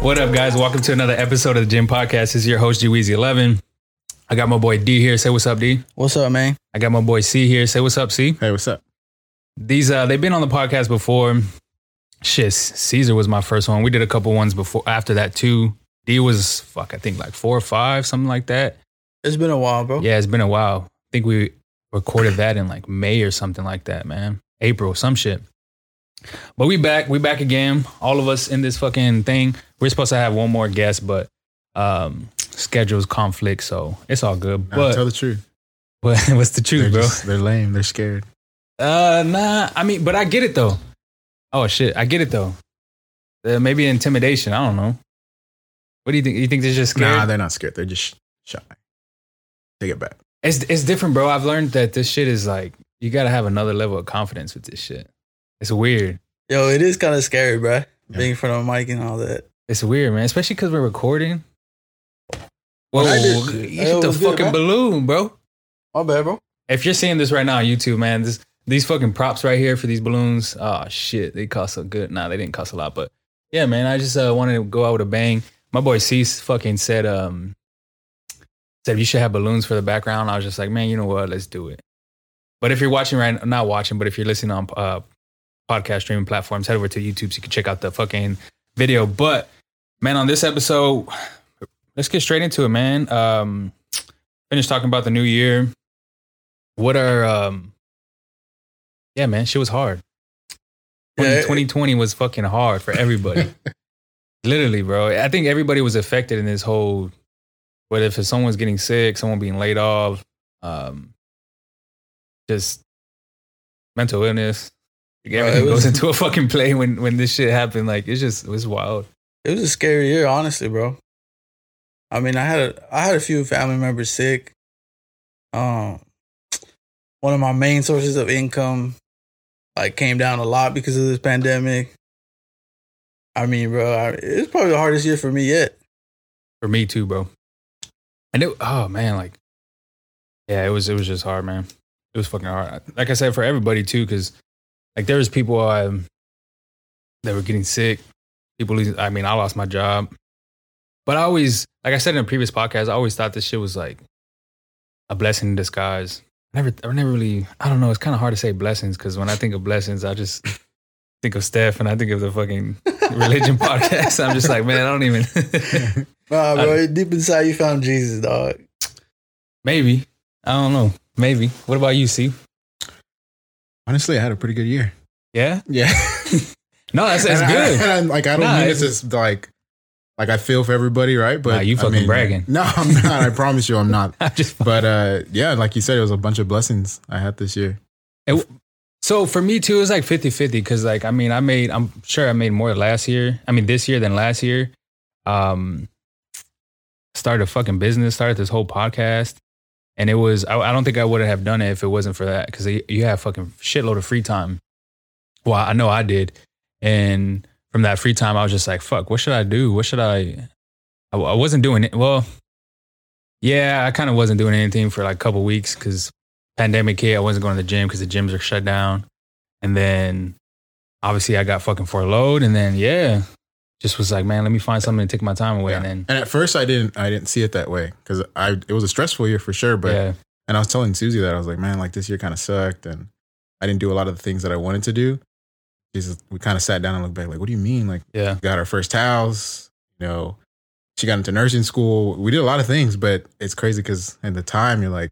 What up, guys? Welcome to another episode of the Gym Podcast. This is your host, G Weezy 11. I got my boy D here. Say what's up, D. What's up, man? I got my boy C here. Say what's up, C. Hey, what's up? These uh they've been on the podcast before. Shit, Caesar was my first one. We did a couple ones before after that too. D was fuck, I think like four or five, something like that. It's been a while, bro. Yeah, it's been a while. I think we recorded that in like May or something like that, man. April, some shit. But we back, we back again. All of us in this fucking thing. We're supposed to have one more guest, but um schedules conflict, so it's all good. Nah, But, tell the truth. but what's the truth, They're, bro? just- they're lame. They're scared. Uh, nah. I mean, but I get it though. Oh shit, I get it though. Uh, maybe intimidation. I don't know. What do you think? You think they're just scared? Nah, they're not scared. They're just shy. Take it back. it's it's different, bro. I've learned that this shit is like you gotta have another level of confidence with this shit. It's weird. Yo, it is kind of scary, bro. Yeah. Being in front of a mic and all that. It's weird, man. Especially because we're recording. Whoa, Well, I did- you hit that the was good, fucking man. balloon, bro. My bad, bro. If you're seeing this right now on YouTube, man, this these fucking props right here for these balloons. Oh shit, they cost a good. Nah, they didn't cost a lot, but yeah, man, I just uh, wanted to go out with a bang. My boy Cease fucking said um said you should have balloons for the background. I was just like, man, you know what? Let's do it. But if you're watching right, not watching, but if you're listening on uh, podcast streaming platforms, head over to YouTube so you can check out the fucking video. But man, on this episode, let's get straight into it, man. Um, finished talking about the new year what are um yeah man shit was hard 20, Yeah, it- 2020 was fucking hard for everybody literally bro i think everybody was affected in this whole whether if someone's getting sick someone being laid off um just mental illness like Bro, it everything was- goes into a fucking play when when this shit happened like it's just it was wild It was a scary year, honestly, bro. I mean, I had a I had a few family members sick. Um, one of my main sources of income, like, came down a lot because of this pandemic. I mean, bro, I, it's probably the hardest year for me yet. for me too bro and it oh man like yeah it was it was just hard man it was fucking hard like i said for everybody too because like there was people um, that were getting sick people losing i mean i lost my job but i always like i said in a previous podcast i always thought this shit was like a blessing in disguise I never i never really i don't know it's kind of hard to say blessings because when i think of blessings i just think of steph and i think of the fucking religion podcast i'm just like man i don't even Nah, bro, deep inside you found Jesus, dog. Maybe. I don't know. Maybe. What about you, C? Honestly, I had a pretty good year. Yeah? Yeah, No, that's, that's And I- and good. I'm, like I don't Nah, mean it's- it's just like like I feel for everybody, right? Nah, you I fucking bragging. No, I'm not. I promise you, I'm not. I just But uh, yeah, like you said, it was a bunch of blessings I had this year. So for me too, it's like 50-50 because like I mean I made I'm sure I made more last year. I mean this year than last year. Um started a fucking business, started this whole podcast. And it was I, I don't think I would have done it if it wasn't for that. Cause you you have fucking shitload of free time. Well, I know I did. And from that free time, I was just like, fuck, what should I do? What should I I, I wasn't doing it. Well, yeah, I kind of wasn't doing anything for like a couple weeks because pandemic hit, I wasn't going to the gym because the gyms are shut down. And then obviously I got fucking furloughed. And then, yeah, just was like, man, let me find something to take my time away. Yeah. And then, And at first, I didn't I didn't see it that way because I it was a stressful year for sure. But yeah, And I was telling Susie that I was like, man, like this year kind of sucked, and I didn't do a lot of the things that I wanted to do. She's just- we kind of sat down and looked back, like, what do you mean? Like, yeah, we got our first house, you know, she got into nursing school. We did a lot of things, but it's crazy because at the time you're like,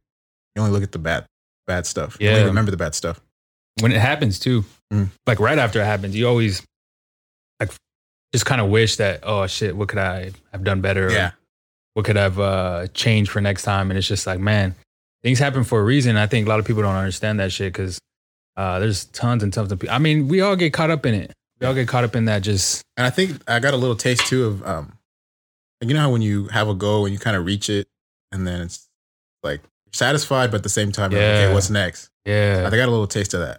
you only look at the bad, bad stuff. You Yeah. only remember the bad stuff. when it happens too, Mm. like right after it happens, you always like just kind of wish that, oh shit, what could I have done better? Or what could I've uh, changed for next time? And it's just like, man, things happen for a reason. I think a lot of people don't understand that shit because uh, there's tons and tons of people. I mean, we all get caught up in it. We all get caught up in that. Just And I think I got a little taste too of um like you know how when you have a goal and you kind of reach it and then it's like you're satisfied, but at the same time, you're like, Yeah. okay, what's next? yeah, I think I got a little taste of that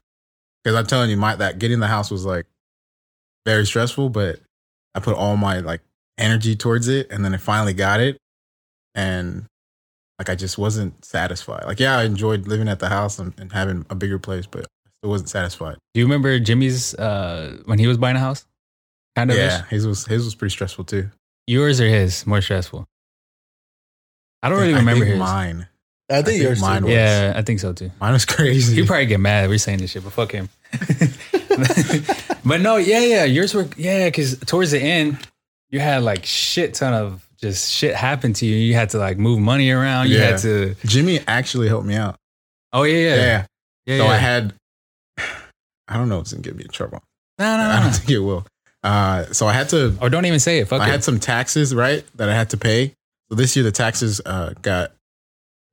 because I'm telling you, my that getting the house was like very stressful, but I put all my like energy towards it, and then I finally got it, and like I just wasn't satisfied. Like, yeah, I enjoyed living at the house and, and having a bigger place, but I still wasn't satisfied. Do you remember Jimmy's uh, when he was buying a house? Kind of. yeah, his was his was pretty stressful too. Yours or his more stressful? I don't really I remember think his. mine. I think, think yours mine mine was- yeah, I think so too. Mine was crazy. He'd probably get mad if we're saying this shit, but fuck him. but no, yeah, yeah. Yours were yeah, because towards the end, you had like shit ton of just shit happened to you. You had to like move money around. You Yeah. had to Jimmy actually helped me out. Oh yeah, yeah. Yeah. Yeah. yeah, So I had, I don't know if it's gonna get me in trouble. no, no, no, I don't no. think it will. Uh, so I had to Or don't even say it. Fuck I it. had some taxes, right, that I had to pay. So this year the taxes uh, got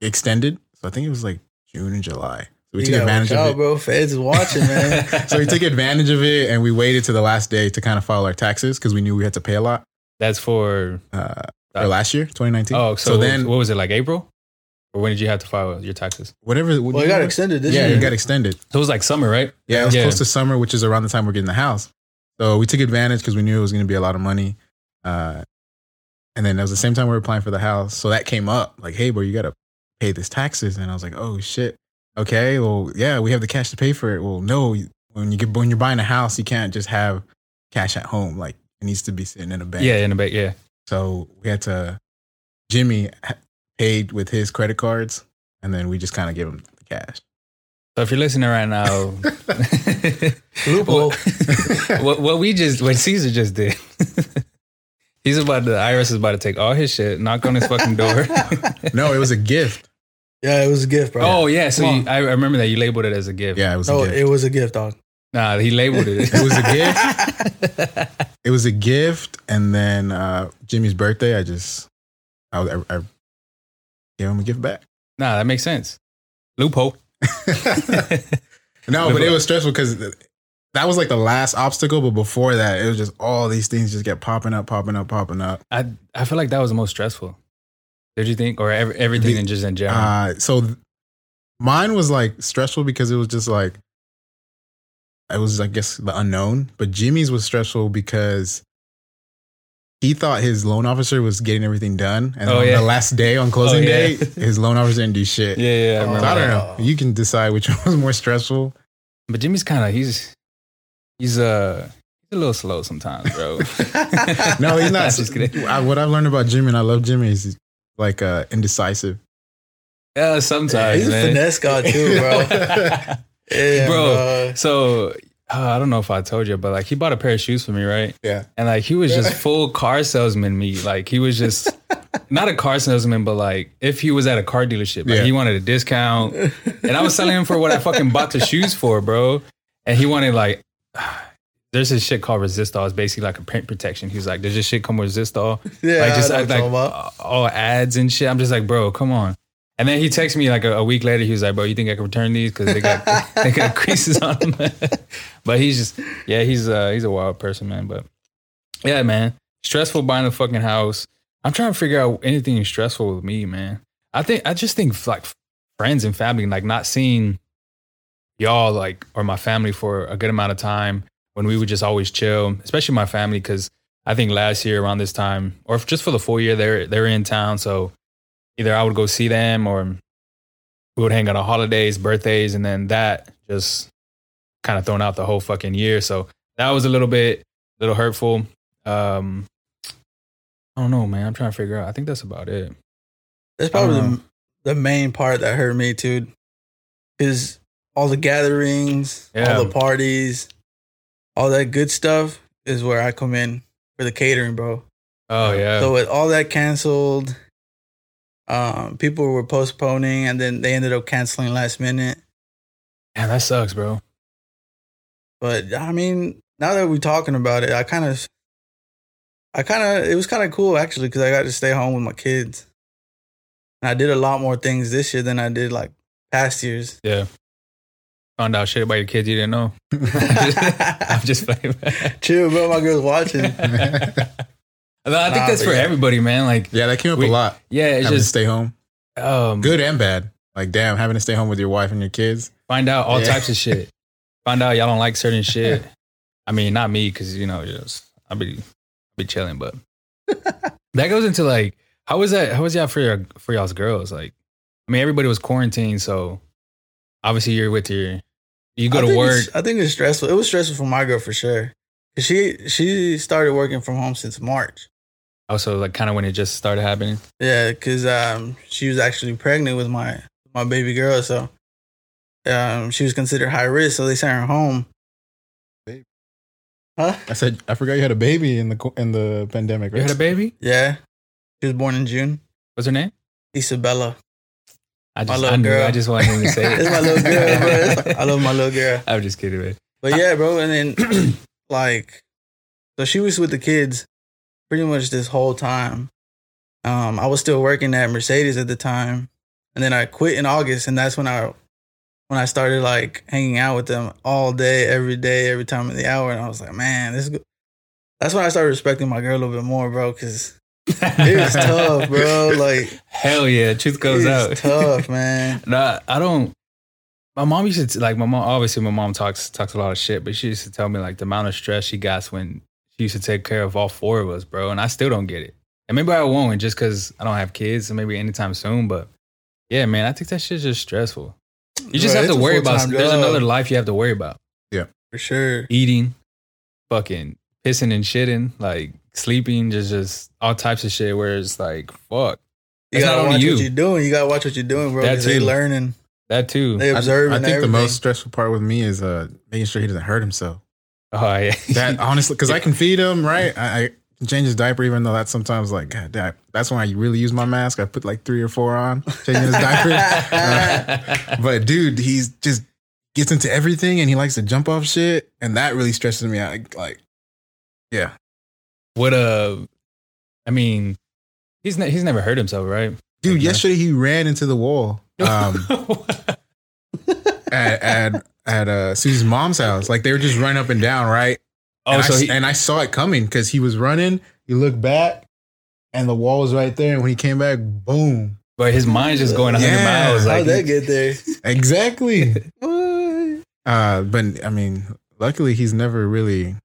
extended. So I think it was like June and July. So we You took gotta advantage watch of out, it. bro. Feds is watching, man. So we took advantage of it and we waited to the last day to kind of file our taxes because we knew we had to pay a lot That's for uh, Uh, for last year, 2019. oh, so, then then what was it like April? Or when did you have to file your taxes? whatever. well, it got extended this yeah, year. it got extended. So it was like summer, right? Yeah, it was Yeah. close to summer, which is around the time we're getting the house. So we took advantage because we knew it was going to be a lot of money. Uh, and then it was the same time we were applying for the house. So that came up like, hey, bro, you got to pay this taxes. And I was like, oh, shit. Okay. Well, yeah, we have the cash to pay for it. Well, no, you- when, you get, when you're buying a house, you can't just have cash at home. Like, it needs to be sitting in a bank. Yeah, in the back. Yeah. So we had to, Jimmy ha- paid with his credit cards. And then we just kind of gave him the cash. So if you're listening right now, Loophole. What, what, what we just, what Caesar just did, he's about to, the IRS is about to take all his shit, knock on his fucking door. no, it was a gift. Yeah, it was a gift, bro. oh yeah, so Come on. you, I remember that you labeled it as a gift. Yeah, it was no, a gift. it was a gift, dog. Nah, he labeled it. It was a gift. it was a gift and then uh jimmy's birthday i just i, I, I gave him a gift back nah, that makes sense. Loophole. no but it was stressful because that was like the last obstacle but before that it was just all these things just get popping up popping up popping up I I feel like that was the most stressful. Did you think, or ev- everything, The- and just in general? uh so th- mine was like stressful because it was just like it was i guess the unknown but jimmy's was stressful because he thought his loan officer was getting everything done and Oh, on yeah. the last day on closing Oh, yeah. day his loan officer didn't do shit yeah, yeah, yeah, I Oh, remember So I don't that. know. Uh, You can decide which one was more stressful. But Jimmy's kind of he's he's uh he's a little slow sometimes, bro. No, he's not. Just kidding. I, what I've learned about Jimmy, and I love Jimmy, is he's like uh, indecisive. Yeah, sometimes, Yeah, he's a man. finesse guy too, bro. Yeah, Bro. bro. So uh, I don't know if I told you, but like he bought a pair of shoes for me, right? Yeah. And like he was just full car salesman me. Like he was just not a car salesman, but like if he was at a car dealership, like Yeah. he wanted a discount, and I was selling him for what I fucking bought the shoes for, bro. And he wanted like. There's this shit called Resistol. It's basically like a print protection. He was like, "Does this shit come with Resistol?" Yeah, like just I know like, what you're talking about. uh, all ads and shit. I'm just like, bro, come on. And then he texted me like a, a week later. He was like, bro, you think I can return these because they got they got creases on them. but he's just yeah, he's uh he's a wild person, man. But yeah, man, stressful buying a fucking house. I'm trying to figure out anything stressful with me, man. I think I just think like friends and family, like not seeing y'all like or my family for a good amount of time when we would just always chill, especially my family because I think last year around this time, or if just for the full year, they're they're in town. So either I would go see them, or we would hang out on holidays, birthdays, and then that just kind of thrown out the whole fucking year. So that was a little bit, little hurtful. Um, I don't know, man. I'm trying to figure out. I think that's about it. That's probably I don't the, the main part that hurt me too, is all the gatherings, Yeah. all the parties, all that good stuff is where I come in for the catering, bro. Oh yeah, So with all that canceled, um, people were postponing, and then they ended up canceling last minute. man, that sucks, bro. But I mean, now that we're talking about it, I kind of, I kind of, it was kind of cool actually because I got to stay home with my kids, and I did a lot more things this year than I did like past years. Yeah, found out shit about your kids you didn't know. I'm just playing. Chill, bro. My girl's watching. No, I think Nah, that's but for yeah. everybody, man. Like, Yeah, that came up We- a lot. yeah, it's Having to just stay home, um, good and bad. Like, damn, having to stay home with your wife and your kids. Find out all Yeah. types of shit. Find out y'all don't like certain shit. I mean, not me because you know, just I be be chilling, but that goes into like how was that? How was y'all for your for y'all's girls? Like, I mean, everybody was quarantined, so obviously you're with your you go I to think work. it's- I think it's stressful. It was stressful for my girl for sure. 'Cause she she started working from home since March. Also, like kind of when it just started happening. Yeah, because um, she was actually pregnant with my my baby girl, so um, she was considered high risk, so they sent her home. Baby. Huh? I said I forgot you had a baby in the co- in the pandemic. You Right? had a baby? Yeah, she was born in June. What's her name? Isabella, I My just, little I, knew, girl. I just wanted him to say it. it's my little girl, bro. I love my little girl. I'm just kidding, man. But yeah, bro, and then like, so she was with the kids pretty much this whole time. Um, I was still working at Mercedes at the time, and then I quit in August, and that's when I when I started like hanging out with them all day, every day, every time of the hour, and I was like, man, this. Is good. That's when I started respecting my girl a little bit more, bro, because it was tough, bro. Like, Hell yeah, truth goes out. it's tough, man. Nah, I don't. My mom used to like my mom. Obviously, my mom talks talks a lot of shit, but she used to tell me like the amount of stress she got when she used to take care of all four of us, bro. And I still don't get it. And maybe I won't just because I don't have kids, and maybe anytime soon. But yeah, man, I think that shit's just stressful. You just Bro, have it's to a worry about. full-time There's job. another life you have to worry about: for sure. eating, fucking pissing and shitting, like sleeping, just just all types of shit. Where it's like, fuck You That's gotta not only watch what you. you're doing. You gotta watch what you're doing, bro. That Because they too. learning, that too. they observing. I think everything. the most stressful part with me is uh making sure he doesn't hurt himself. oh yeah, That honestly, because I can feed him, right? I, I can change his diaper, even though that's sometimes like, God, damn, that's when I really use my mask. I put like three or four on, changing his diaper. But dude, he's just gets into everything and he likes to jump off shit. And that really stresses me out. Like, Like, yeah. What uh I mean, he's ne- he's never hurt himself, right? Dude, Okay. yesterday he ran into the wall um, at, at, at uh, Susie's mom's house. Like, they were just running up and down, right? oh, and, so I, he, and I saw it coming because he was running. He looked back, and the wall was right there. And when he came back, boom! but his mind's just going 100 Yeah. miles. Like, How'd that get there? Exactly. What? uh, but I mean, luckily he's never really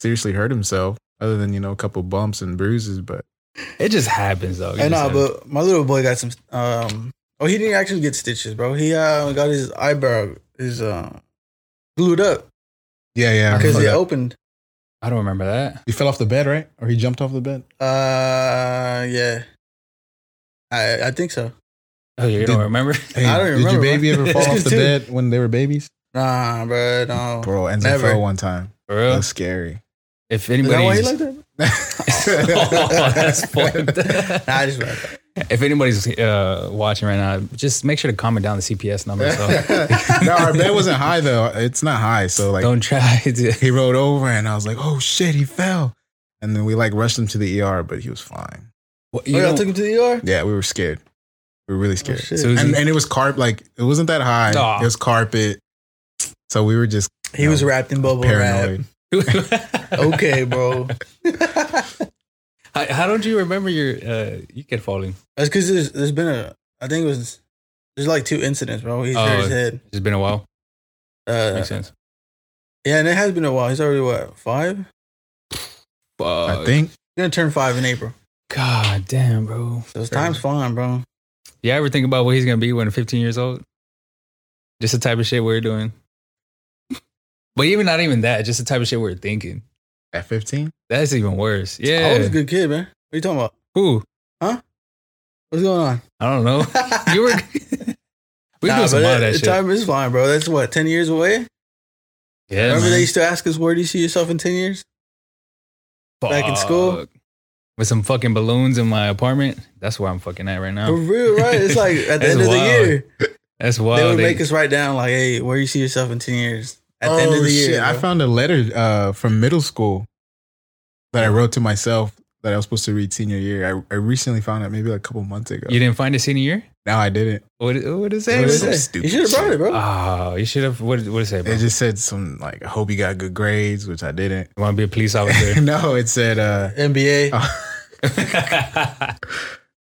seriously hurt himself, other than you know a couple bumps and bruises. But it just happens though. It I just know, happens. but my little boy got some. Um, oh, he didn't actually get stitches, bro. He uh, got his eyebrow is uh, glued up yeah, yeah, because he, it opened. I don't remember that. fell off the bed, right? Or he jumped off the bed. Uh, yeah. I I think so. Oh, you don't Did- remember? Hey, I don't did remember, your baby bro. ever fall It's off good the too. bed when they were babies? Nah, bro, no. Bro, Enzo Never. fell one time. For That real? was scary. If Is that why he anybody's like that? Oh, that's fucked. Nah, I just like that. if anybody's uh, watching right now, just make sure to comment down the CPS number. So no, our bed wasn't high though. It's not high, so like don't try to. he rolled over and I was like, oh shit, he fell. And then we like rushed him to the ER, but he was fine. What, Oh, you y'all don't- took him to the ER. Yeah, we were scared. We were really Oh, scared. shit. So is and, he- and it was carpet, like it wasn't that high. Aw. It was carpet. So we were just he was wrapped in bubble wrap. paranoid. Okay, bro. That's how, how don't you remember your uh, you kept falling? because there's, there's been a. I think it was. There's like two incidents, bro. He's hurt Oh. his head. It's been a while. Uh, Makes sense. yeah, and it has been a while. He's already what five? I Fuck. think. He's gonna turn five in April. God damn, bro. So it's time's flying, bro. You ever think about what he's gonna be when 15 years old? Just the type of shit we're doing. but even not even that, just the type of shit we're thinking. At 15? That's even worse. Yeah. I was Oh, a good kid, man. What are you talking about? Who? What's going on? I don't know. you were. we Nah, doing some but lot of that it- shit. Time is flying, bro. That's what ten years away. yeah, Remember man. they used to ask us, "Where do you see yourself in ten years?" back in school? Fuck. with some fucking balloons in my apartment. That's where I'm fucking at right For now. real, right? It's like at the That's end of the wild. year, That's wild. they would They- make us write down like, "Hey, where do you see yourself in ten years?" At the end of the year, Oh, I bro. found a letter uh, from middle school that I wrote to myself that I was supposed to read senior year. I, I recently found it maybe like a couple months ago. you didn't find a senior year? no, I didn't. What? What is it? What did it some say? stupid You should have brought shit. it, bro. Oh, you should have. What? What did it say? Bro? It just said some like, I hope you got good grades, which I didn't. you want to be a police officer? no, it said, uh, NBA. Ah.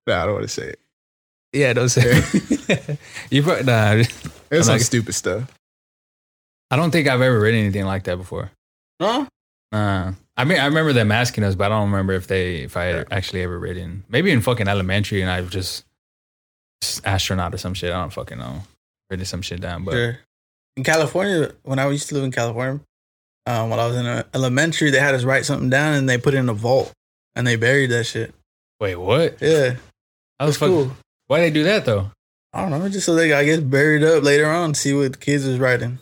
no, I don't want to say it. yeah, don't say. it. you probably nah. It was I'm some like- stupid stuff. I don't think I've ever read anything like that before. Huh? Uh, I mean, I remember them asking us, but I don't remember if they, if I had actually ever read in. Maybe in fucking elementary, and I've just, just astronaut or some shit. I don't fucking know. Written some shit down, but Sure. In California, when I used to live in California, um, while I was in uh, elementary, they had us write something down and they put it in a vault and they buried that shit. Wait, what? Yeah, I was that's fucking. cool. Why they do that though? I don't know, just so they I guess buried up later on, see what the kids was writing.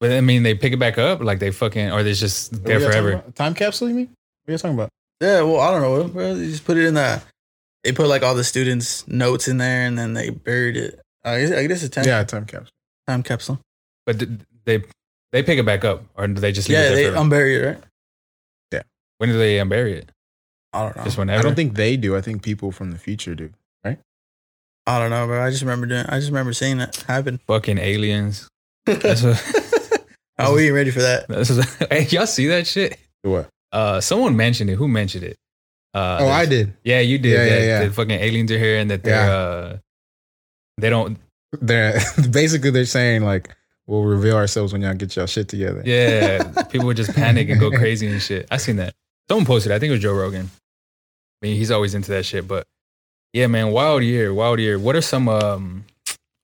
But I mean, they pick it back up, like they fucking, or they're just What are there you guys talking forever. about? Time capsule, you mean? What are you talking about? Yeah, well, I don't know, bro. They just put it in the. They put like all the students' notes in there, and then they buried it. I guess, I guess it's a time, Yeah, time capsule. time capsule. But d- they they pick it back up, or do they just leave Yeah, it there they um forever? unburied it, right? when do they unbury it? I don't know. Just whenever. I don't think they do. I think people from the future do. I don't know, bro. I just remember doing. I just remember seeing that happen. fucking aliens. That's what, oh, we ain't ready for that. that's what, hey, y'all see that shit? What? Uh, someone mentioned it. Who mentioned it? Uh, Oh, I did. Yeah, you did. Yeah, that, yeah, yeah. that fucking aliens are here, and that they're Yeah. uh, they don't. They're basically they're saying like we'll reveal ourselves when y'all get y'all shit together. Yeah, people would just panic and go crazy and shit. I seen that. Someone posted. it. I think it was Joe Rogan. I mean, he's always into that shit. But yeah, man, wild year, wild year. What are some um,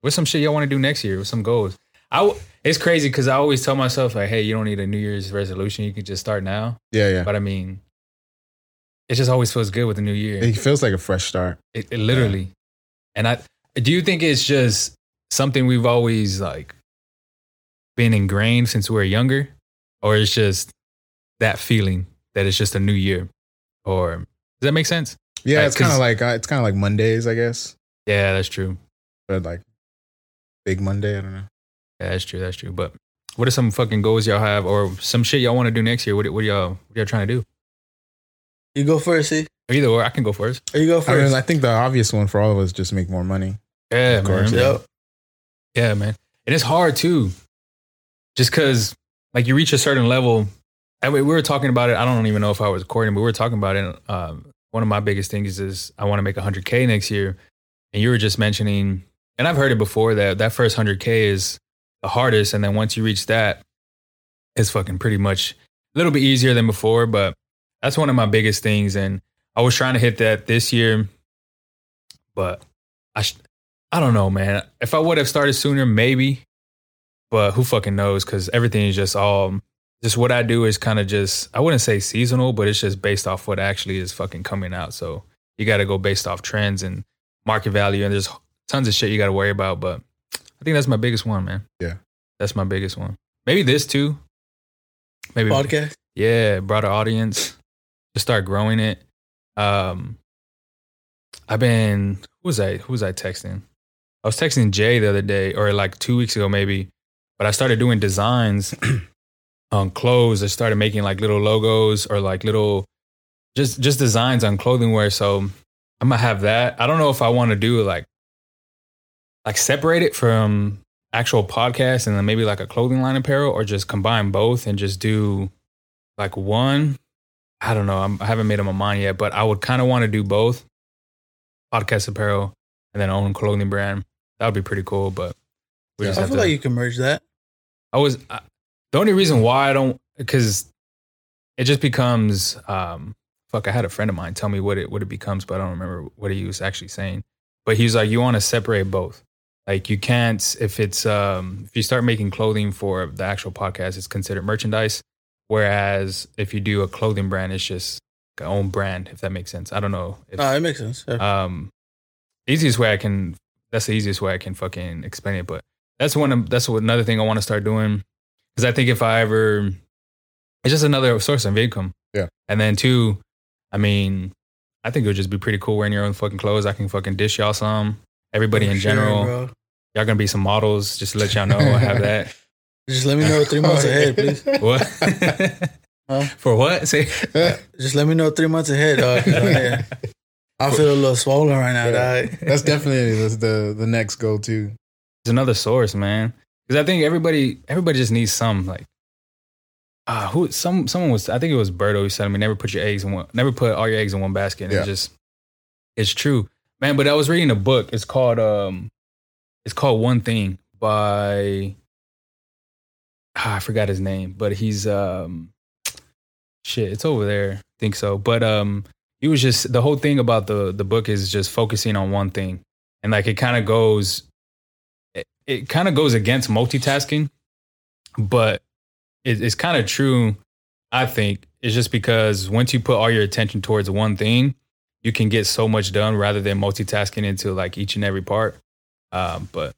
what's some shit y'all want to do next year? What's some goals? I w- it's crazy because I always tell myself like, hey, you don't need a New Year's resolution. You can just start now. yeah, yeah. But I mean, it just always feels good with the new year. It feels like a fresh start. It, it literally. And I do you think it's just something we've always like been ingrained since we were younger? Or it's just that feeling that it's just a new year? Or does that make sense? Yeah, Right, it's kind of 'cause- like uh, it's kind of like Mondays, I guess, Yeah, that's true. but like Big Monday. I don't know. Yeah, that's true. That's true. But what are some fucking goals y'all have or some shit y'all want to do next year? What what y'all what y'all trying to do? You go first, see? Either or I can go first. Or you go I mean, first? I think the obvious one for all of us is just make more money. Yeah, Of course, man. Yep. Yeah, man. And it's hard too. Just cause like you reach a certain level. I mean, we were talking about it. I don't even know if I was recording, but we were talking about it. Um, one of my biggest things is I want to make 100K next year. And you were just mentioning, and I've heard it before that that first 100K is the hardest. And then once you reach that, it's fucking pretty much a little bit easier than before. But that's one of my biggest things. And I was trying to hit that this year, but I, sh- I don't know, man. If I would have started sooner, maybe, but who fucking knows? Because everything is just all just what I do is kind of just I wouldn't say seasonal, but it's just based off what actually is fucking coming out. So you got to go based off trends and market value, and there's tons of shit you got to worry about. But I think that's my biggest one, man. Yeah. that's my biggest one. Maybe this too. Maybe Podcast. yeah, broader audience. Just start growing it. Um, I've been who was I who was I texting? I was texting Jay the other day, or like two weeks ago maybe. But I started doing designs on clothes. I started making like little logos or like little just just designs on clothing wear. So I'm gonna have that. I don't know if I want to do like like separate it from actual podcast and then maybe like a clothing line apparel, or just combine both and just do like one i don't know I'm, i haven't made up my mind yet but i would kind of want to do both podcast apparel and then own clothing brand that would be pretty cool but we Yeah. just I have feel to like you can merge that. i was I, the only reason why i don't because it just becomes um fuck i had a friend of mine tell me what it what it becomes but i don't remember what he was actually saying but he's like you want to separate both like you can't if it's um if you start making clothing for the actual podcast it's considered merchandise whereas if you do a clothing brand it's just like a own brand if that makes sense i don't know if, Oh, it makes sense. Yeah. um easiest way i can that's the easiest way i can fucking explain it but that's one of that's another thing i want to start doing because i think if i ever it's just another source of income Yeah. and then two i mean i think it would just be pretty cool wearing your own fucking clothes i can fucking dish y'all some everybody in Sure, general bro. y'all gonna be some models just to let y'all know i have that Just let me know three months ahead, please. what Huh? for what say Just let me know three months ahead, dog. 'cause I, I feel a little swollen right now, Yeah. dog. That's definitely the the, the next goal too. it's another source, man. Because I think everybody everybody just needs some like ah who some someone was I think it was Birdo who said I mean never put your eggs in one never put all your eggs in one basket. And Yeah. It's just it's true, man. But I was reading a book. It's called um it's called One Thing by ah, I forgot his name, but he's um shit. It's over there. I think so, but um he was just the whole thing about the the book is just focusing on one thing and like it kind of goes it, it kind of goes against multitasking but it, it's kind of true i think it's just because once you put all your attention towards one thing you can get so much done rather than multitasking into like each and every part. Um, but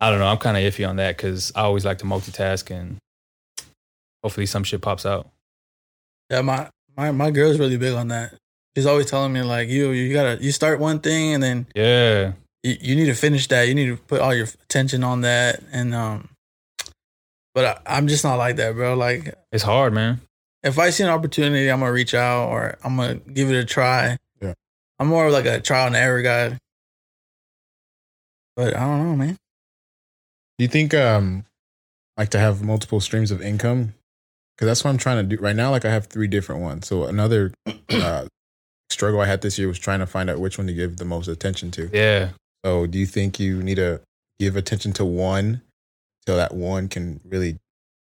I don't know. I'm kind of iffy on that because I always like to multitask and hopefully some shit pops out. Yeah, my my my girl's really big on that. She's always telling me like, you you gotta you start one thing and then Yeah. you, you need to finish that. You need to put all your attention on that. And um, but I, I'm just not like that, bro. Like It's hard, man. if I see an opportunity, I'm gonna reach out or I'm gonna give it a try. Yeah. I'm more of like a trial and error guy. But I don't know, man. Do you think um like to have multiple streams of income? Because that's what I'm trying to do right now. Like I have three different ones. So another uh, struggle I had this year was trying to find out which one to give the most attention to. Yeah. So Oh, do you think you need to give attention to one till that one can really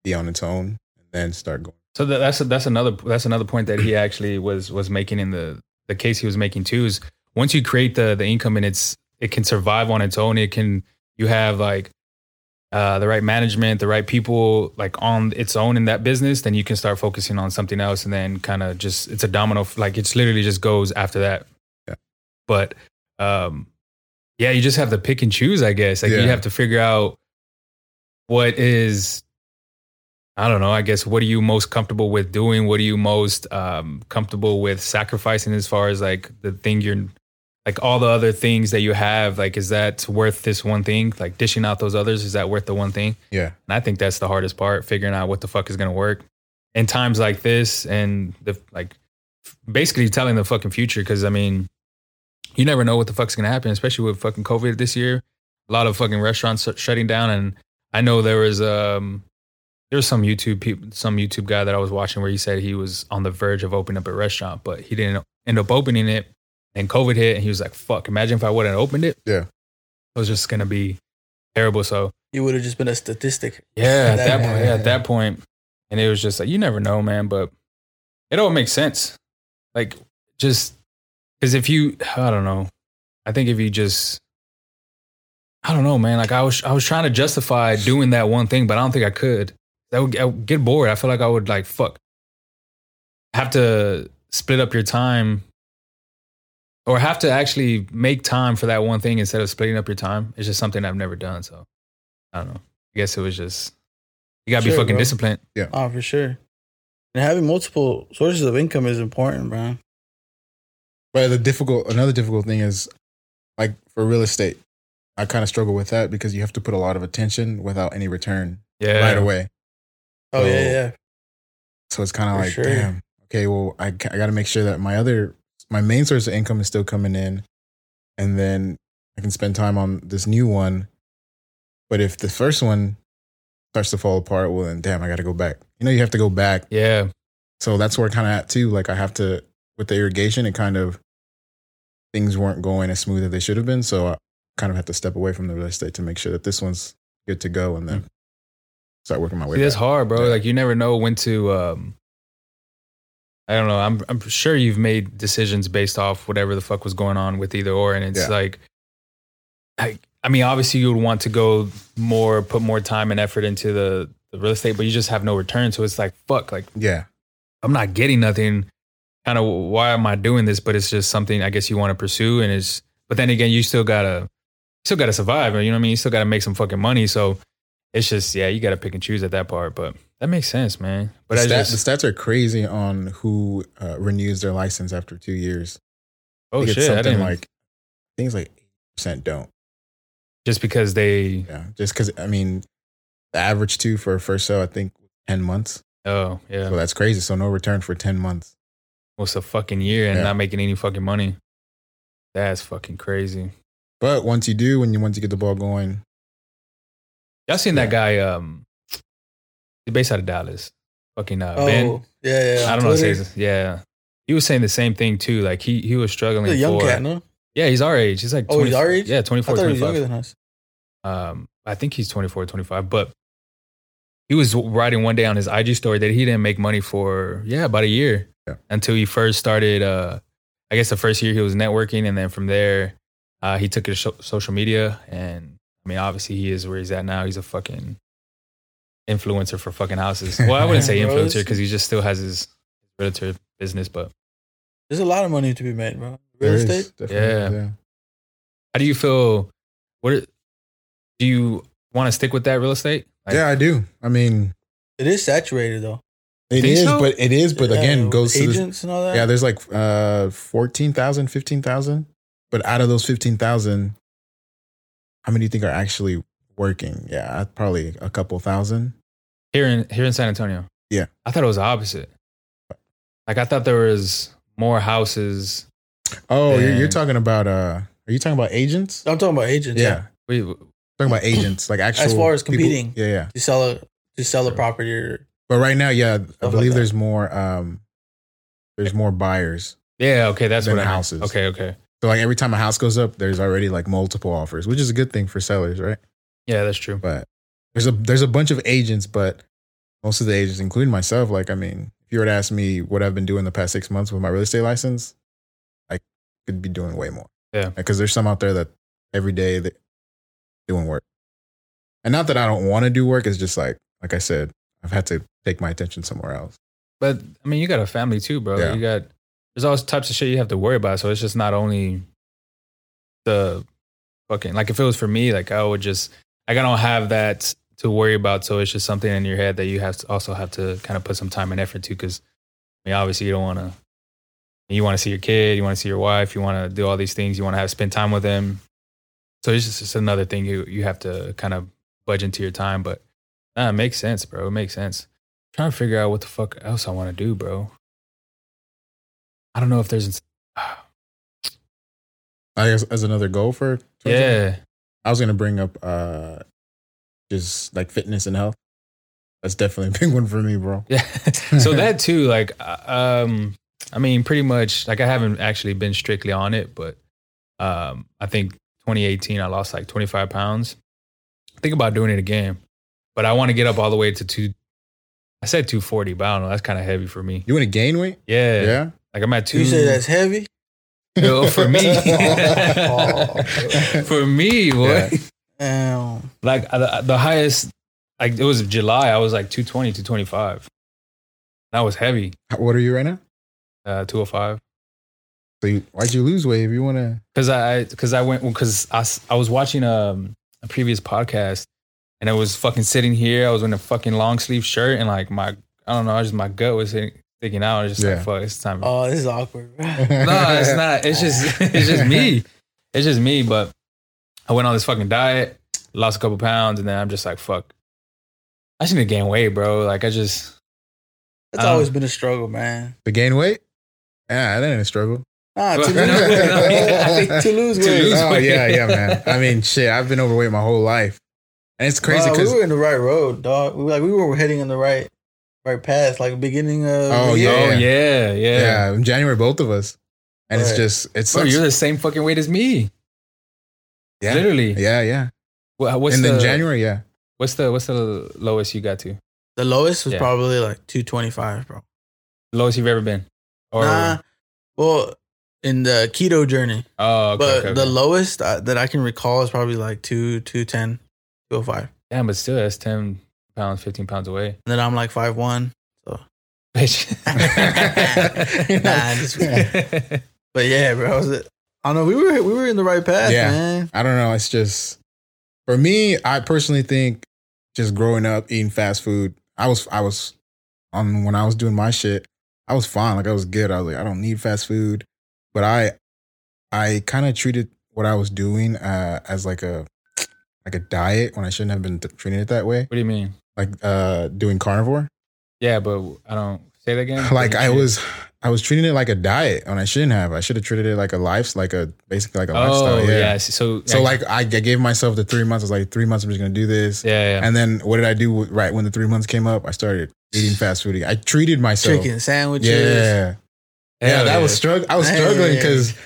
be on its own and then start going? So that, that's that's another that's another point that he actually was was making in the the case he was making too is once you create the the income and it's it can survive on its own. It can you have like uh, the right management, the right people like on its own in that business, then you can start focusing on something else, and then kind of just it's a domino. Like it's literally just goes after that. Yeah. But um, yeah, you just have to pick and choose, I guess. Like Yeah. you have to figure out what is I don't know, I guess what are you most comfortable with doing? What are you most um comfortable with sacrificing as far as like the thing you're like all the other things that you have, like is that worth this one thing? Like dishing out those others, is that worth the one thing? Yeah. And I think that's the hardest part, figuring out what the fuck is gonna work in times like this and the like basically telling the fucking future because I mean you never know what the fuck's gonna happen, especially with fucking COVID this year. A lot of fucking restaurants shut- shutting down and I know there was um there was some YouTube people some YouTube guy that I was watching where he said he was on the verge of opening up a restaurant, but he didn't end up opening it and COVID hit and he was like, fuck, imagine if I wouldn't have opened it. Yeah. It was just gonna be terrible. So You would have just been a statistic. yeah, at that, That- point, yeah, at that point, and it was just like you never know, man. But it all makes sense, like just because if you, I don't know, I think if you just, I don't know, man. Like I was, I was trying to justify doing that one thing, but I don't think I could. That would, I would get bored. I feel like I would like fuck have to split up your time. Or have to actually make time for that one thing instead of splitting up your time. It's just something I've never done. So I don't know. I guess it was just you gotta be Sure, fucking bro. disciplined. Oh, for sure. And having multiple sources of income is important, bro. But the difficult, another difficult thing is like for real estate, I kind of struggle with that because you have to put a lot of attention without any return Yeah. right away. Oh, So- yeah, yeah. So it's kind of For like, sure. damn, okay, well, I, ca- I got to make sure that my other, my main source of income is still coming in. And then I can spend time on this new one. But if the first one starts to fall apart, well, then damn, I got to go back. You know, you have to go back Yeah. so that's where kind of at too. Like I have to with the irrigation, it kind of things weren't going as smooth as they should have been. So I kind of had to step away from the real estate to make sure that this one's good to go, and then start working my way. Mm. See, that's back. hard, bro. Yeah. Like you never know when to um I don't know. I'm I'm sure you've made decisions based off whatever the fuck was going on with either or and it's Yeah. like I I mean obviously you would want to go more put more time and effort into the, the real estate, but you just have no return. So it's like fuck, like Yeah, I'm not getting nothing. Kind of why am I doing this? But it's just something I guess you want to pursue, and it's. But then again, you still gotta, still gotta survive. You know what I mean? You still gotta make some fucking money. So it's just yeah, you gotta pick and choose at that part. But that makes sense, man. But but I the, stat- just the stats are crazy on who uh, renews their license after two years. I oh think shit, it's I something didn't like things like eight percent don't. just because they Yeah, just because I mean the average two for a first sale, I think ten months. oh yeah, So that's crazy. So no return for ten months. what's a fucking year and Yeah. not making any fucking money. That's fucking crazy. But once you do, when you once you get the ball going, Y'all seen that Yeah. guy? Um, he's based out of Dallas. Fucking uh, Oh, Ben. yeah, yeah. I don't on know. How to say Twitter. this. Yeah, he was saying the same thing too. Like he he was struggling. He's a young for, cat, no? Yeah, he's our age. He's like Oh, he's our age? Yeah, I 24, thought he was younger 25. than us. Um, I think he's 24, 25. But he was writing one day on his IG story that he didn't make money for yeah about a year Yeah. until he first started. Uh, I guess the first year he was networking, and then from there, uh, he took it to so- social media. And I mean, obviously, he is where he's at now. He's a fucking influencer for fucking houses. Well, I wouldn't say Bro, it's- influencer because he just still has his realtor business, but There's a lot of money to be made, bro. Real There is, estate? definitely, Yeah. How do you feel? What are- do you want to stick with that real estate? Like, yeah, I do. I mean, It is saturated though. it Think is, so? but it is, but Yeah, again, goes to this, agents and all that. yeah. There's like uh 14,000, 15,000. but out of those fifteen thousand, how many do you think are actually working? Yeah, probably a couple thousand. Here in here in San Antonio. Yeah. I thought it was the opposite. Like I thought there was more houses. Oh, you're, you're And- talking about uh, are you talking about agents? I'm talking about agents. yeah, We talking about agents, like actual far Oh, as people- competing. Yeah, yeah. To sell a to sell a Sure. property or But right now, yeah, I like believe that. there's more um, there's more buyers. yeah, okay, that's Than what I meant. houses. Okay, okay. So like every time a house goes up, there's already like multiple offers, which is a good thing for sellers, right? Yeah, that's true. But there's a there's a bunch of agents, but most of the agents, including myself, like I mean, if you were to ask me what I've been doing the past six months with my real estate license, I could be doing way more. Yeah. because there's some out there that every day that doing work, and not that I don't want to do work. It's just like like I said, I've had to take my attention somewhere else. But I mean, you got a family too, bro. Yeah. You got there's all types of shit you have to worry about. So it's just not only the fucking like if it was for me, like I would just like I don't have that to worry about. So it's just something in your head that you have to also have to kind of put some time and effort to because I mean obviously you don't want to you want to see your kid, you want to see your wife, you want to do all these things, you want to have spend time with them. So it's just, it's another thing you you have to kind of budge into your time, but nah, it makes sense, bro. It makes sense trying to figure out what the fuck else I want to do, bro. I don't know if there's. I guess as another goal for Yeah, I was gonna bring up uh just like fitness and health. That's definitely a big one for me, bro. yeah. so that too, like, uh, um, I mean, pretty much, like, I haven't actually been strictly on it, but um, I think 2018 I lost like 25 pounds. Think about doing it again, but I want to get up all the way to two. I said 240, but I don't know. That's kind of heavy for me. You want to gain weight? Yeah, Yeah. like I'm at two. you say that's heavy? No, for me, Oh. for me, boy. Yeah. Um, like the, the highest like it was july i was like 220 225 that was heavy what are you right now? uh 205 So you, why'd you lose weight? If you want to, because i because i went because I, s- I was watching um, a previous podcast and i was fucking sitting here i was in a fucking long sleeve shirt and like my i don't know just my gut was hitting- sticking out i was just Yeah. like fuck it's time oh, this is awkward. no, it's not. It's just it's just me. It's just me. But I went on this fucking diet, lost a couple pounds, and then I'm just like, fuck. I just need to gain weight, bro. Like I just That's Um, always been a struggle, man. to gain weight. Yeah, that ain't a struggle. Nah, to, No, lose, no, no. to lose To weight. lose oh weight. yeah, yeah, man. I mean, shit, I've been overweight my whole life, and it's crazy Wow, because we were in the right road, dog. We were like we were heading on the right, right path, like beginning of. Oh, the yeah. year. Oh yeah, yeah. yeah. in January both of us, and Right. it's just it's Bro, such- you're the same fucking weight as me. yeah, Literally. yeah, yeah. Wha- What's and the then January, yeah, What's the what's the lowest you got to? The lowest was Yeah. probably like two twenty five, bro. Lowest you've ever been? Or nah, well, in the keto journey, oh, okay, but okay, the okay. lowest uh, that I can recall is probably like two two ten, two oh five. damn, but still that's ten pounds, fifteen pounds away. And then I'm like five one. Bitch. Nah, But yeah, bro, I, was, I don't know. We were we were in the right path, Yeah. man. I don't know. It's just for me. I personally think just growing up eating fast food. I was I was on when I was doing my shit. I was fine. Like I was good. I was like I don't need fast food. But I I kind of treated what I was doing uh, as like a like a diet when I shouldn't have been t- treating it that way. what do you mean? Like uh, doing carnivore. Yeah, but I don't say that again. Like I Shit. was I was treating it like a diet when I shouldn't have. I should have treated it like a life like a basically like a Oh lifestyle. yeah. Yeah. I see. So So yeah, like I I gave myself the three months. I was like three months. I'm just gonna do this. yeah, yeah. And then what did I do? Right when the three months came up, I started eating fast food. again. I treated myself. Chicken sandwiches. Yeah, yeah, Hell that yeah. was strugg. I was Hey. struggling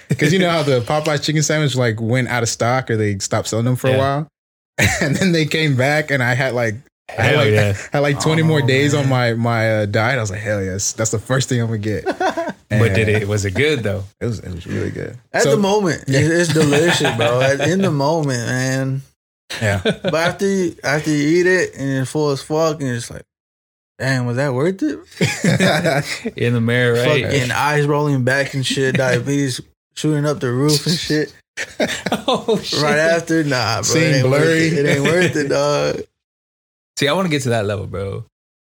because you know how the Popeyes chicken sandwich like went out of stock or they stopped selling them for Yeah. a while, and then they came back and I had like I had Hell like, yeah. had like twenty more Oh, days on man. my my uh, diet. I was like, hell yes, that's the first thing I'm gonna get. But did And it was it good though? It was it was really good. At So- the moment, Yeah. it- it's delicious, bro. At- In the moment, man. yeah, But after you, after you eat it and it's full as fuck, and it's like, damn, was that worth it? In the mirror, right? Fucking eyes rolling back and shit, diabetes shooting up the roof and shit. oh shit! Right after, nah, bro. Seem it ain't worth blurry. It. It ain't worth it, dog. Oh, See, I want to get to that level, bro.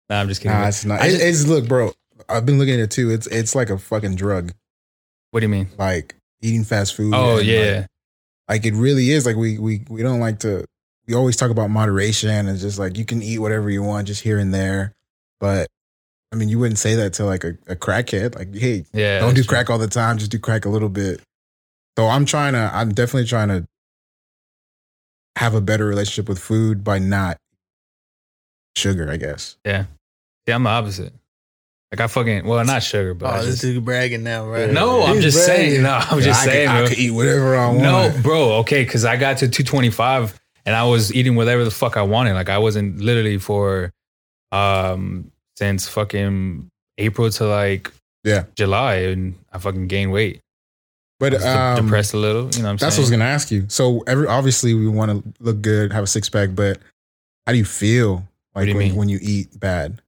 Nah, I'm just kidding. Nah, it's not. I It, just- it's look, bro. I've been looking at it too. It's it's like a fucking drug. what do you mean? Like eating fast food. Oh and, yeah, like, yeah. like it really is like we we we don't like to we always talk about moderation and just like you can eat whatever you want just here and there but i mean you wouldn't say that to like a, a crackhead like hey yeah don't do that's true. crack all the time just do crack a little bit so i'm trying to i'm definitely trying to have a better relationship with food by not sugar i guess Yeah, I'm the opposite. Like I fucking well, not sugar, but I Oh, this just, dude bragging now, right? no, I'm He's just bragging. saying. No, I'm Yeah, just I saying. could, bro. i could eat whatever i want No, bro. Okay, because I got to 225 and I was eating whatever the fuck I wanted. Like I wasn't literally for um since fucking April to like Yeah. July, and I fucking gained weight. I but was de- um, depressed a little. You know what I'm That's what I was saying? gonna ask you. So every obviously we want to look good, have a six pack, but how do you feel What do like you when, mean? when you eat bad?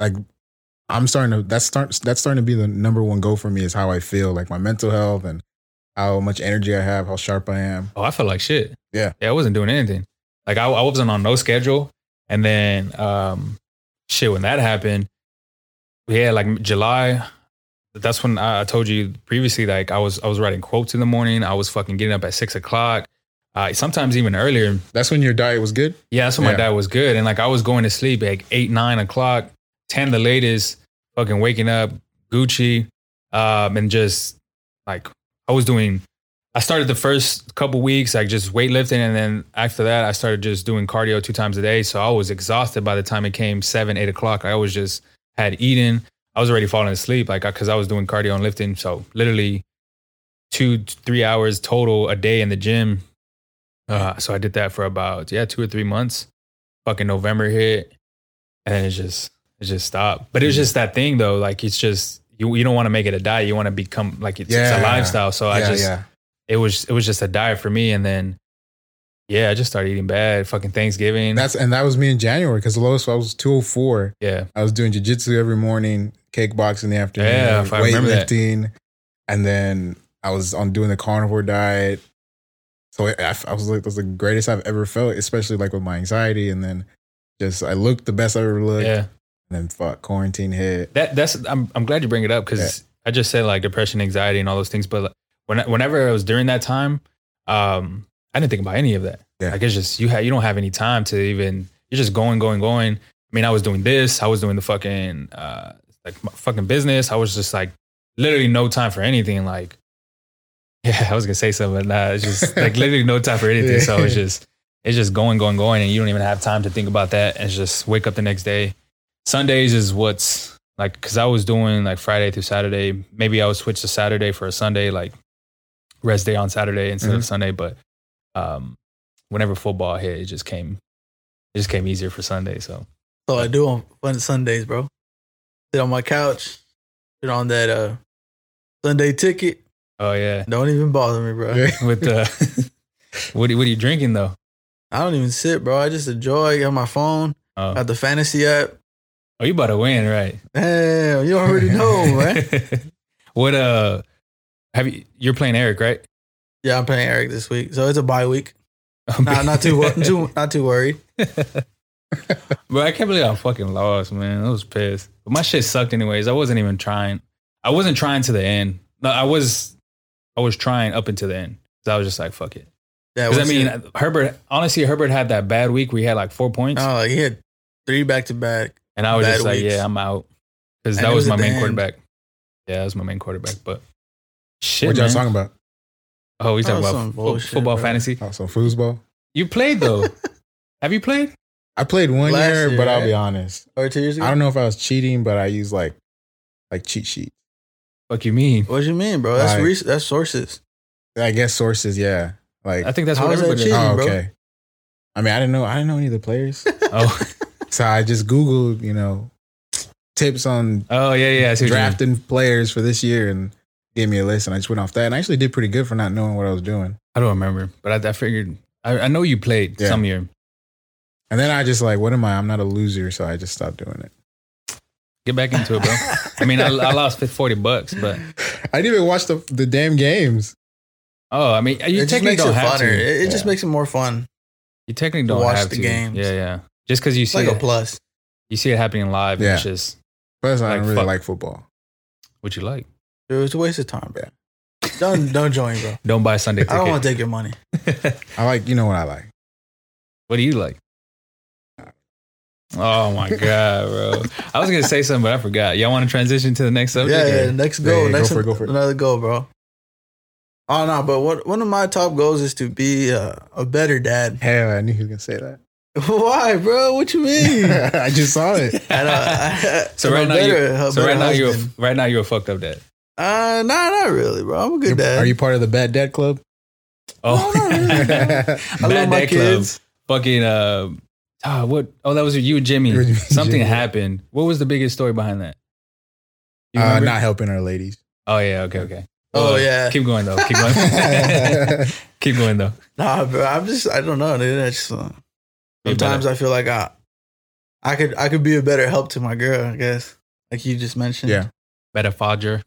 Like I'm starting to that's start that's starting to be the number one goal for me is how I feel, like my mental health and how much energy I have, how sharp I am. Oh, I felt like shit. Yeah. Yeah, I wasn't doing anything. Like I, I wasn't on no schedule. And then um shit, when that happened, yeah, like July, that's when I, I told you previously, like I was I was writing quotes in the morning. I was fucking getting up at six o'clock. Uh, sometimes even earlier. That's when your diet was good. Yeah, that's when Yeah. my dad was good. And like I was going to sleep at like eight, nine o'clock, ten the latest, fucking waking up, Gucci, um, and just like I was doing I started the first couple weeks like just weightlifting and then after that I started just doing cardio two times a day. So I was exhausted by the time it came seven, eight o'clock. I was just had eaten. I was already falling asleep, like because I was doing cardio and lifting. So literally two, three hours total a day in the gym. Uh, so I did that for about yeah two or three months. Fucking November hit, and it just it just stopped. But it was just that thing though. Like it's just you you don't want to make it a diet. You want to become like it's, it's Yeah. a lifestyle. So I yeah, just yeah. it was it was just a diet for me. And then yeah, I just started eating bad. Fucking Thanksgiving. That's and that was me in January because the lowest I was 204. yeah. I was doing jujitsu every morning, cake box in the afternoon, Yeah, if I remember that. weightlifting, and then I was on doing the carnivore diet. So I, I- I was like, that's the greatest I've ever felt, especially like with my anxiety. And then just I looked the best I ever looked. Yeah. And then fuck, quarantine hit. That that's I'm I'm glad you bring it up because I just said like depression, anxiety, and all those things. But like, when whenever I was during that time, um, I didn't think about any of that. Yeah. Like it's just you ha- you don't have any time to even you're just going going going. I mean, I was doing this, I was doing the fucking uh like my fucking business. I was just like literally no time for anything. Like yeah, I was gonna say something, but nah, it's just like literally no time for anything. So it's just it's just going going going, and you don't even have time to think about that. And it's just wake up the next day. Sundays is what's like because I was doing like Friday through Saturday. Maybe I would switch to Saturday for a Sunday, like rest day on Saturday instead Mm-hmm. of Sunday. But um, whenever football hit, it just came, it just came easier for Sunday. So So I do on fun Sundays, bro. Sit on my couch, sit on that uh Sunday ticket. oh yeah, Don't even bother me, bro. with the what are- what are you drinking though? I don't even sit, bro. I just enjoy. I got my phone, Oh, got the fantasy app. oh you about to win, right? Damn, you already know, man. what uh, have you? You're playing Eric, right? Yeah, I'm playing Eric this week, so it's a bye week. Nah, not too, wor- too not too worried. Bro, I can't believe I fucking lost, man. I was pissed. But my shit sucked anyways. I wasn't even trying. I wasn't trying to the end. No, I was I was trying up until the end. So I was just like, fuck it. Yeah, Because I what's mean, it? Herbert, honestly, Herbert had that bad week. We had like four points. oh, like he had three back to back. and I was bad just like, weeks. yeah, I'm out. Because And that it was, was my at the main end. quarterback. Yeah, that was my main quarterback. But shit. what y'all man. talking about? Oh, we That talking was about some fo- bullshit, football bro. fantasy. Oh, some foosball. You played though. Have you played? I played one Last year, year, but I'll right? be honest. Or two years ago. I don't know if I was cheating, but I used like like cheat sheet. Fuck you mean? What you mean, bro? That's Like- re- that's sources. I guess sources, yeah. Like I think that's How what is that everybody cheating? oh, bro. okay. I mean, I didn't know I didn't know any of the players. Oh, So I just Googled, you know, tips on oh yeah, yeah. I see what you mean. drafting players for this year and gave me a list. And I just went off that and I actually did pretty good for not knowing what I was doing. I don't remember, but I, I figured I, I know you played Yeah. some year. And then I just like, what am I? I'm not a loser. So I just stopped doing it. Get back into it, bro. I mean, I, I lost 50, 40 bucks, but I didn't even watch the the damn games. oh, I mean, you it just technically makes it don't have funner. to. It, it just Yeah. makes it more fun. you technically don't watch have the to. games. Yeah, yeah. Just because you It's see like a it, plus. you see it happening live, and Yeah. it's just Plus, I Like, don't really fuck. like football. what you like. Dude, it's a waste of time, bro. Don't don't join, bro. Don't buy a Sunday I don't ticket. want to take your money. I like you know what I like. what do you like? Oh my god, bro! I was gonna say something, but I forgot. Y'all want to transition to the next subject? yeah, or- yeah, next goal, Yeah, yeah, go next for it, go for it. another goal, bro. Oh no, but what one of my top goals is to be uh, a better dad. Hell, I knew he was gonna say that. Why, bro? What you mean? and, I just saw it. uh, I- So I'm a right now, better- you, a so better right now you're husband. right now you're a fucked up dad. uh, nah, not really, bro. I'm a good You're- dad. Are you part of the bad dad club? Oh, No, no, no, no, no. I love Bad my Dad Club. kids. fucking uh, ah, what? Oh, that was you and Jimmy. You and Jimmy, Something yeah. happened. What was the biggest story behind that? You uh, remember? not helping our ladies. oh yeah. Okay. Okay. Oh, Uh, yeah. Keep going though. Keep going. That's keep going though. Nah, bro. I'm just. I don't know, dude. I just, uh, Be better. sometimes I feel like I, I could, I could be a better help to my girl. I guess, like you just mentioned. Yeah. Better fodger.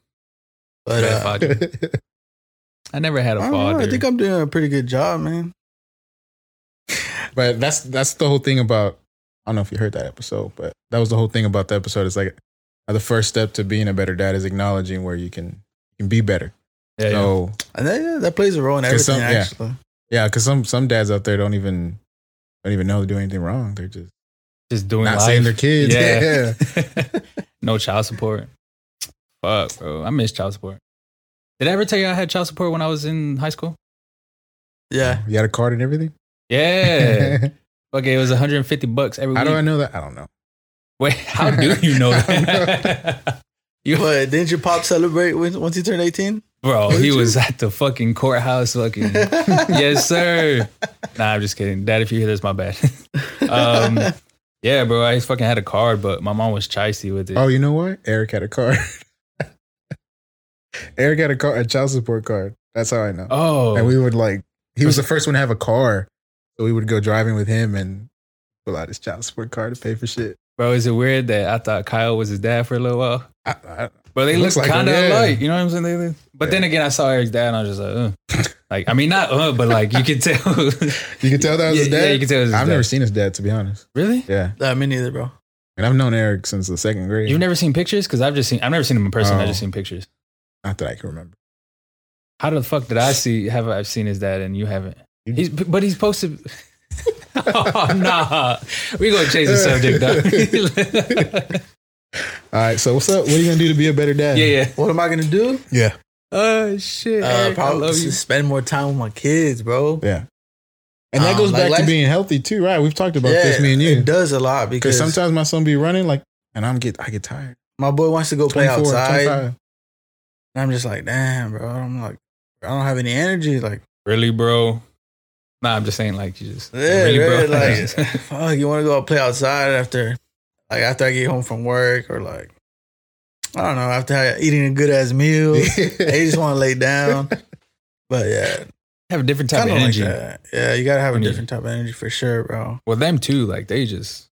But Better uh, fodger. I never had a I, don't know, fodger. I think I'm doing a pretty good job, man. but that's that's the whole thing about I don't know if you heard that episode, but that was the whole thing about the episode. It's like uh, the first step to being a better dad is acknowledging where you can you can be better. yeah, yeah. so And that, yeah, that plays a role in Cause everything. some- yeah. actually, yeah, because some some dads out there don't even don't even know they're doing anything wrong. They're just just doing not life. seeing their kids. Yeah. no child support. Fuck, bro. I miss child support. Did I ever tell you I had child support when I was in high school? yeah. you got a card and everything. Yeah. okay, it was 150 bucks every how week. do I know that? I don't know. Wait, how do you know I don't that? you, But didn't your pop celebrate when, once he turned 18? bro, he Did was at the fucking courthouse fucking. Mm-hmm. yes, sir. Nah, I'm just kidding. Dad, if you hear this, my bad. um, yeah, bro, I fucking had a card, but my mom was chicey with it. Oh, you know what? Eric had a card. Eric had a car, a child support card. That's how I know. Oh. And we would like, he was the first one to have a car, so we would go driving with him and pull out his child support card to pay for shit. bro, is it weird that I thought Kyle was his dad for a little while? I, I, But they It look looks like kind of him, yeah. alike. You know what I'm saying? They, they- but then again, I saw Eric's dad, and I was just like, Ugh. like I mean, not uh, but like you could tell. you can tell that was yeah, his dad. yeah, you could tell. It was his I've dad. never seen his dad to be honest. Really? Yeah, Nah, me neither, bro. and I've known Eric since the second grade. You've never seen pictures? Because I've just seen. I've never seen him in person. Oh. I've just seen pictures. Not that I can remember. How the fuck did I see? Have I seen his dad and you haven't? You- He's but he's posted. oh, nah, we gonna change the subject, dog. All right, so what's up? What are you gonna do to be a better dad? yeah, yeah. What am I going to do? yeah, Oh shit! Uh, Eric, I probably love you. just spend more time with my kids, bro. yeah. And that Um, goes like back last- to being healthy too, right? We've talked about this, me and you. It does a lot because Because sometimes sometimes my son be running like, and I'm get I get tired. my boy wants to go play 24, outside. 25. And I'm just like, damn, bro. I'm like, I don't have any energy. Like, really, bro. Nah, I'm just saying, like you just Yeah, really, yeah, bro. like- fuck, you want to go out play outside after, like, after I get home from work or like, I don't know, after I, eating a good ass meal. they just want to lay down. But yeah, have a different type kind of of like energy. that. Yeah, you gotta have a When you- different type of energy for sure, bro. Well, them too. Like they just.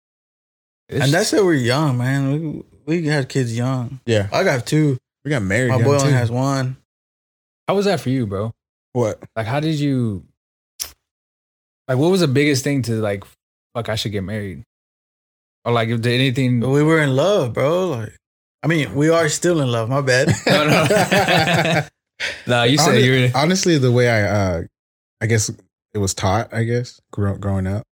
it's- And that's that we're young, man. We we had kids young. yeah, I got two. we got married. My young, boy too. only has one. how was that for you, bro? what? Like, how did you? Like, what was the biggest thing to like? Fuck, I should get married. Or like, if did anything? We were in love, bro. Like, I mean, we are still in love. My bad. No, no. nah, you said Honest- you were. Honestly, the way I, uh I guess it was taught. I guess grow, growing up,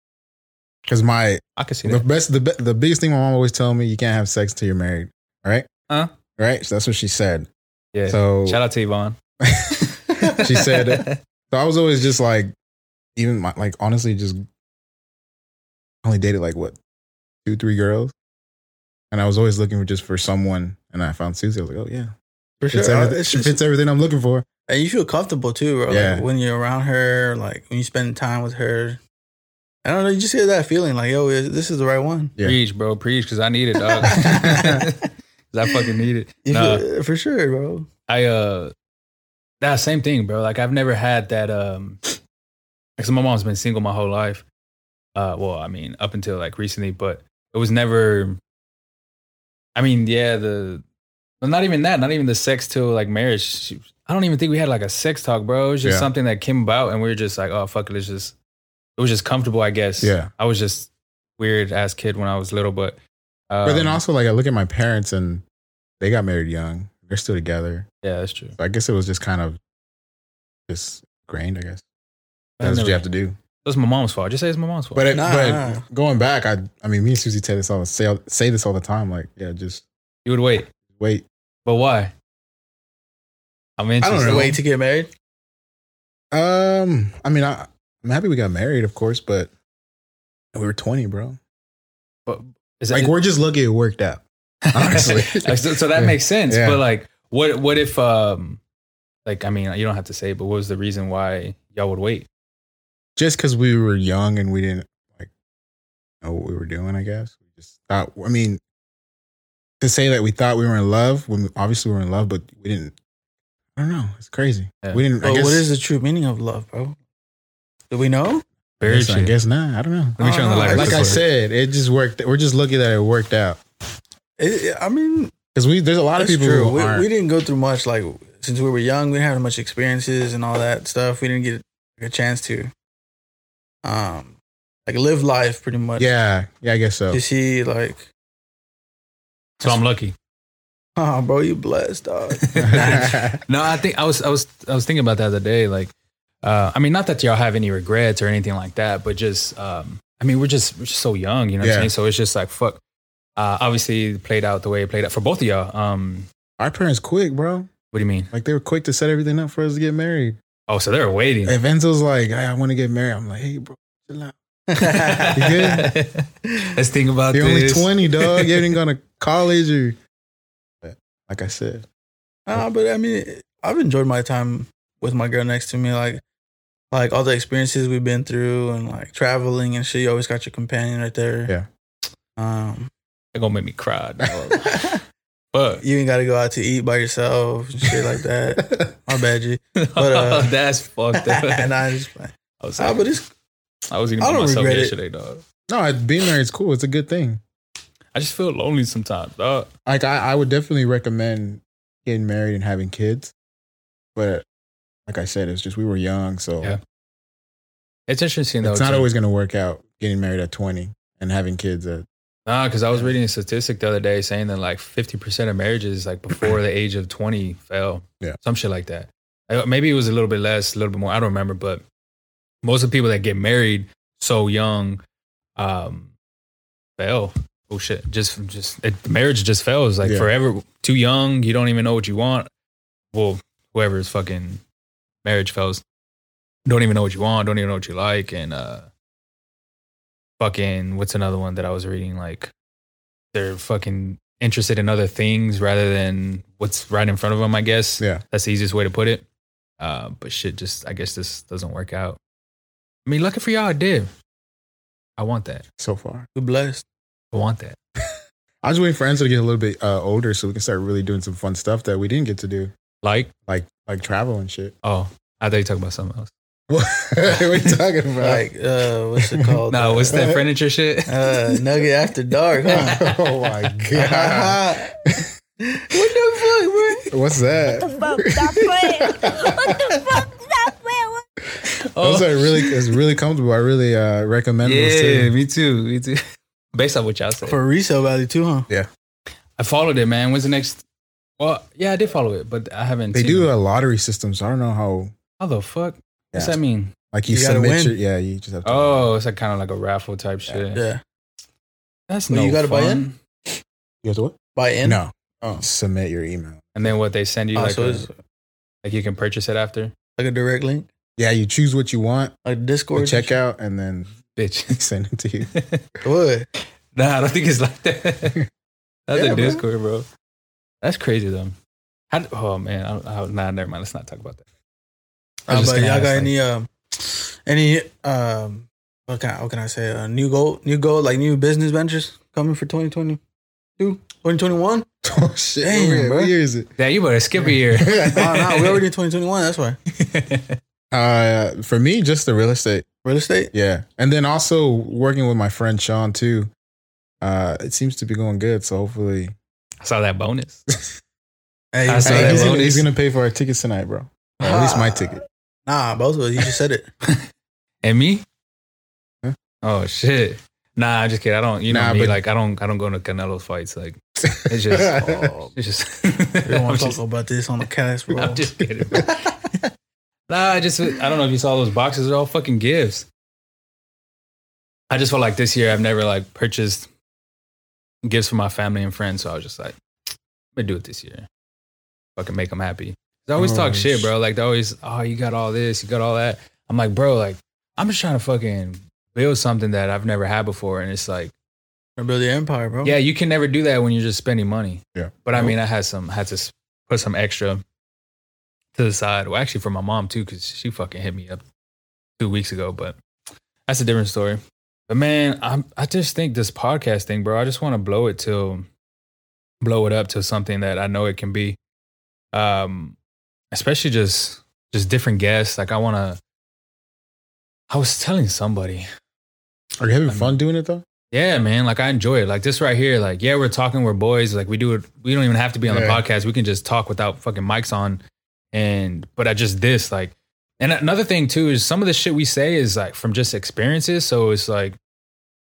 because my I could see the that. best, the be, the biggest thing my mom always told me, you can't have sex till you're married. All right, Huh? right. So that's what she said. Yeah. So Shout out to Yvonne. She said it. So I was always just like, even my, like honestly, just only dated like what two, three girls, and I was always looking just for someone, and I found Susie. I was like, oh yeah, For fits, sure. everything, It's she just- fits everything I'm looking for. and you feel comfortable too, bro. Yeah. Like, when you're around her, like when you spend time with her. I don't know. You just get that feeling like, yo, this is the right one. Yeah. Preach, bro. Preach, because I need it, dog. 'Cause I fucking need it. You Nah. feel- for sure, bro. I uh that same thing, bro. Like I've never had that um because my mom's been single my whole life. Uh well, I mean, up until like recently, but it was never I mean, yeah, the well, not even that, not even the sex till like marriage. She- I don't even think we had like a sex talk, bro. It was just Yeah. something that came about, and we were just like, oh fuck it, it's just it was just comfortable, I guess. Yeah. I was just weird ass kid when I was little, but um, But then also, like, I look at my parents and they got married young. They're still together. yeah, that's true. So I guess it was just kind of just grained, I guess. I That's what never- you have to do. That's my mom's fault. Just say it's my mom's fault. But, uh, it, Nah, but nah. going back, I I mean, me and Susie say this all say, say this all the time. Like, yeah, just you would wait, wait. but why? I'm I interested. don't know. Wait to get married. Um, I mean, I I'm happy we got married, of course, but we were 20, bro. But is Like, that, we're just lucky it worked out. honestly. Like, so, so that Yeah. makes sense. Yeah. But like, what what if um, like I mean, you don't have to say, but what was the reason why y'all would wait? Just because we were young and we didn't like know what we were doing, I guess. We just thought. I mean, to say that we thought we were in love when we, obviously we were in love, but we didn't. I don't know. It's crazy. Yeah. We didn't. I But guess, what is the true meaning of love, bro? Do we know? I Buried guess, I shit. guess not. I don't know. Let me turn on the Oh, light. like I said, it just worked. We're just lucky that it worked out It, I mean, because we there's a lot of That's people true. who we, aren't. we didn't go through much like since we were young. We didn't have much experiences and all that stuff. We didn't get a chance to, um, like live life pretty much. yeah, yeah, I guess so. To see like, so I'm lucky. oh, bro, you blessed, dog. No, I think I was I was I was thinking about that the other day. Like, uh, I mean, not that y'all have any regrets or anything like that, but just um, I mean, we're just we're just so young, you know what Yeah. I'm saying? So it's just like fuck. Uh, obviously, it played out the way it played out for both of y'all. Um, Our parents quick, bro. what do you mean? Like they were quick to set everything up for us to get married. Oh, so they're waiting. If Enzo's like, "Hey, I want to get married, I'm like, hey, bro, chill out. Let's think about You're only this. 20, dog. You haven't gone to college or. But like I said, Nah, but I mean, I've enjoyed my time with my girl next to me. Like, like all the experiences we've been through and like traveling and shit. You always got your companion right there. Yeah. Um, They're gonna make me cry. dog. Fuck. you ain't got to go out to eat by yourself and shit like that. My bad, G. uh, that's fucked up. nah, just playing. I was, Ah, but it's I was eating I by don't myself regret it. yesterday, dog. no, being married is cool. It's a good thing. I just feel lonely sometimes, dog. Like I, I would definitely recommend getting married and having kids, but like I said, it's just we were young, so Yeah. It's interesting though. it's not too. always going to work out. Getting married at 20 and having kids at Nah, because I was reading a statistic the other day saying that like 50% of marriages like before the age of 20 fell. Yeah. Some shit like that. Uh, Maybe it was a little bit less, a little bit more. I don't remember, but most of the people that get married so young um fail. Oh shit. Just just it, marriage just fails like Yeah. forever too young, you don't even know what you want. Well, whoever's fucking marriage fails don't even know what you want, don't even know what you like and uh fucking what's another one that I was reading like they're fucking interested in other things rather than what's right in front of them I guess Yeah. that's the easiest way to put it uh but shit just I guess this doesn't work out I mean lucky for y'all it did I want that so far. we're blessed. I want that I was waiting for Enzo to get a little bit uh, older so we can start really doing some fun stuff that we didn't get to do, like like like travel and shit. oh I thought you talking about something else what are you talking about? Like, uh, what's it called? no what's that Uh, furniture shit Uh, Nugget After Dark, huh? oh my god! what the fuck, What's that? What the fuck? Stop playing. What the fuck? Stop playing. What Those are really it's really comfortable. I really uh, recommend those Oh, yeah too. me too me too based on what y'all said bro? For resale value, too, huh? I followed it man when's the next well yeah I did follow it but I haven't They seen do uh, it. a lottery system, so I don't know how. how the fuck what's Yeah. that mean Like you, You gotta submit win. your yeah, you just have to. Oh, it's like kind of like a raffle type shit. Yeah. That's Well, no you gotta buy fun. in? you have to what? Buy in? No, Oh. submit your email. And then what they send you Oh, like, so a- it's like you can purchase it after. like a direct link, Yeah, you choose what you want, like the Discord. checkout, and then Bitch. they send it to you. What? nah, I don't think it's like that. That's Yeah, a bro. Discord, bro. That's crazy though. How, d- oh man, I, don't- I, nah, never mind. Let's not talk about that. I Uh, was just but gonna y'all ask, got like- any um, any um, what can I, what can I say? Uh, new goal, new goal, like new business ventures coming for 2022, 2021. oh shit! Damn, yeah, bro. what year is it? Yeah, you better skip a year. Oh, no, we already in 2021. That's why Uh, for me, just the real estate. real estate. Yeah, and then also working with my friend Sean too. Uh, it seems to be going good, so hopefully I saw that bonus. Hey, I saw hey, that he's, he's- gonna, bonus. he's gonna pay for our tickets tonight, bro. Or at least my ticket. Nah, both of us. You just said it. And me? Huh? Oh shit. Nah, I'm just kidding. I don't you know Nah, me, but- like I don't I don't go into Canelo's fights. Like it's just it's just We don't I'm want to just, talk about this on the cast, bro. I'm just kidding. bro. nah, I just I don't know if you saw those boxes, they're all fucking gifts. I just felt like this year I've never like purchased gifts for my family and friends, so I was just like, I'm gonna do it this year. Fucking make them happy. They always Oh, talk shit, sh- bro. Like they always, oh, you got all this, you got all that. I'm like, bro, like I'm just trying to fucking build something that I've never had before, and it's like, Build the empire, bro. yeah, you can never do that when you're just spending money. Yeah. But I mean, I had some had to s- put some extra to the side. Well, actually, for my mom too, because she fucking hit me up two weeks ago. But that's a different story. But man, I am I just think this podcast thing, bro. I just want to blow it till blow it up to something that I know it can be. Um, especially just just different guests. Like I want to. I was telling somebody. Are you having I mean- fun doing it though? Yeah, man. Like I enjoy it. Like this right here. Like yeah, we're talking. We're boys. Like we do it. We don't even have to be on the Yeah. podcast. We can just talk without fucking mics on. And but I just this like. And another thing too is some of the shit we say is like from just experiences. So it's like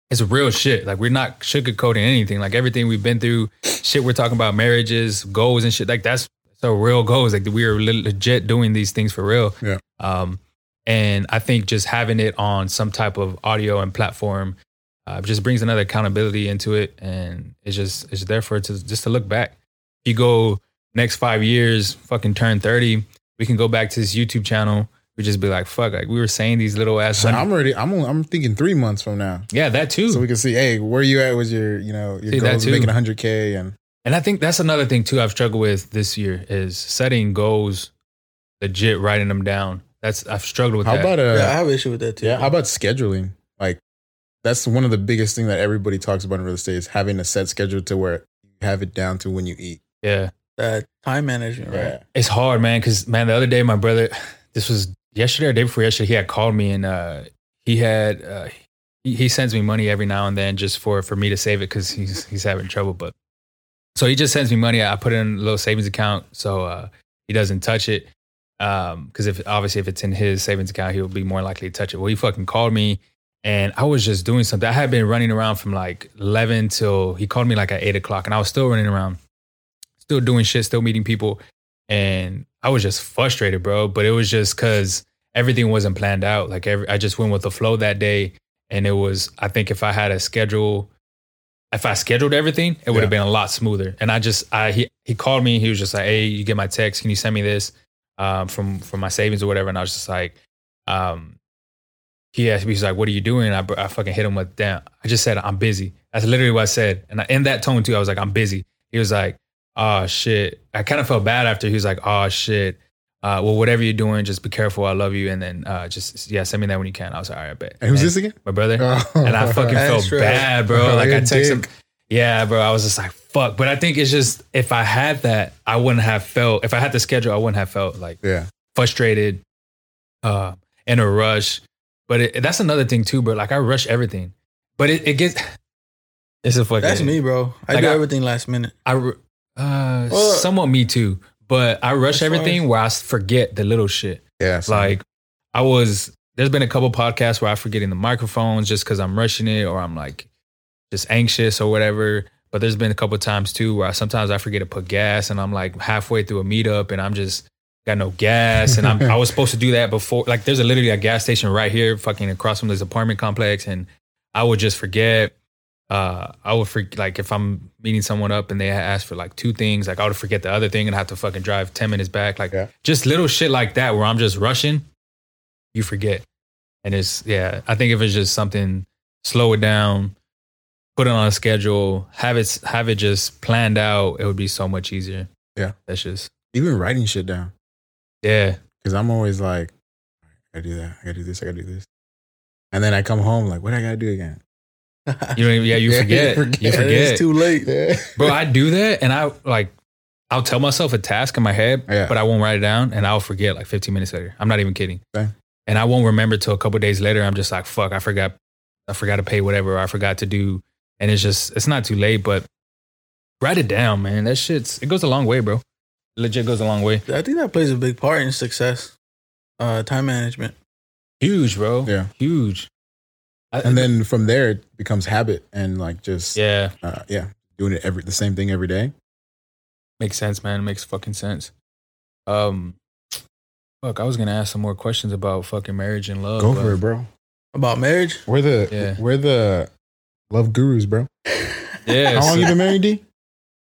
it's real shit. Like we're not sugarcoating anything. Like everything we've been through, shit we're talking about, marriages, goals and shit. Like that's so real goals. Like we are le- legit doing these things for real. Yeah. Um, and I think just having it on some type of audio and platform uh, just brings another accountability into it, and it's just it's there for it to just to look back. If you go next five years, fucking turn thirty, we can go back to this YouTube channel. We just be like, fuck, like we were saying these little ass. So I'm already. I'm. only- I'm thinking three months from now, yeah, that too. so we can see. Hey, where you at? Was your you know your See, that goals of too. making 100k and And I think that's another thing too I've struggled with this year is setting goals, legit writing them down. That's I've struggled with how that. about uh Yeah, I have issue with that too. yeah how about scheduling? Like that's one of the biggest thing that everybody talks about in real estate is having a set schedule to where you have it down to when you eat. yeah, that Uh, time management, right? it's hard, man. Because man, the other day my brother, this was yesterday or day before yesterday, he had called me and uh, he had uh, he, he sends me money every now and then just for for me to save it because he's he's having trouble. But so he just sends me money. I put it in a little savings account so uh, he doesn't touch it. Um, because if obviously if it's in his savings account, he'll be more likely to touch it. Well, he fucking called me and I was just doing something. I had been running around from like eleven till he called me like at eight o'clock, and I was still running around, still doing shit, still meeting people, and I was just frustrated, bro. But it was just because everything wasn't planned out. Like every, I just went with the flow that day, and it was. I think if I had a schedule, if I scheduled everything, it would have been a lot smoother. And I just, I he he called me. He was just like, "Hey, you get my text? Can you send me this um, from from my savings or whatever?" And I was just like, um, he asked me, he's like, "What are you doing?" I, br- I fucking hit him with, "Damn!" I just said, "I'm busy." That's literally what I said, and I, in that tone too, I was like, "I'm busy." He was like, "Oh shit!" I kind of felt bad after. He was like, "Oh shit." Uh, well, whatever you're doing, just be careful. I love you, and then uh, just yeah, send me that when you can. I was like, all right, I bet. And who's this again? My brother. and And I fucking felt That's right. bad, bro. Like I texted him. Yeah, bro. I was just like, fuck. But I think it's just if I had that, I wouldn't have felt. If I had the schedule, I wouldn't have felt like Yeah, frustrated, uh, in a rush. But it, that's another thing too, bro. Like I rush everything, but it, it gets. It's a fucking. That's me, bro. I Like do I- everything last minute. I ru- uh, Well- somewhat me too, but I rush As far everything as- where I s- forget the little shit. yeah. so- Like I was, there's been a couple podcasts where I'm forgetting the microphones just because I'm rushing it or I'm like just anxious or whatever. But there's been a couple times too where I, sometimes I forget to put gas and I'm like halfway through a meetup and I'm just got no gas and I'm I was supposed to do that before. Like there's a, literally a gas station right here, fucking across from this apartment complex, and I would just forget. Uh, I would forget like if I'm meeting someone up and they ask for like two things, like I would forget the other thing and have to fucking drive ten minutes back. Like Yeah. just little shit like that where I'm just rushing, you forget, and it's yeah. I think if it's just something, slow it down, put it on a schedule, have it have it just planned out. It would be so much easier. Yeah. that's just even writing shit down. yeah. Cause I'm always like, I gotta do that. I gotta do this. I gotta do this. And then I come home like, what I gotta do again? You don't even, yeah, you Yeah, you forget. You forget. forget. It's too late. Yeah. Bro, I do that and I like I'll tell myself a task in my head, Yeah. but I won't write it down and I'll forget like 15 minutes later. I'm not even kidding. Same. And I won't remember till a couple days later. I'm just like, fuck, I forgot I forgot to pay whatever, or I forgot to do. And it's just it's not too late, but Write it down, man. That shit's it goes a long way, bro. Legit goes a long way. I think that plays a big part in success. Uh, time management. Huge, bro. Yeah. Huge. I- And then from there, it becomes habit and like just, yeah, uh, yeah, doing it every, the same thing every day. makes sense, man. makes fucking sense. Um, fuck, I was gonna ask some more questions about fucking marriage and love. Go but- for it, bro. About marriage? We're the, Oh, Yeah. we're the love gurus, bro. Yeah. How long so- you been married, D?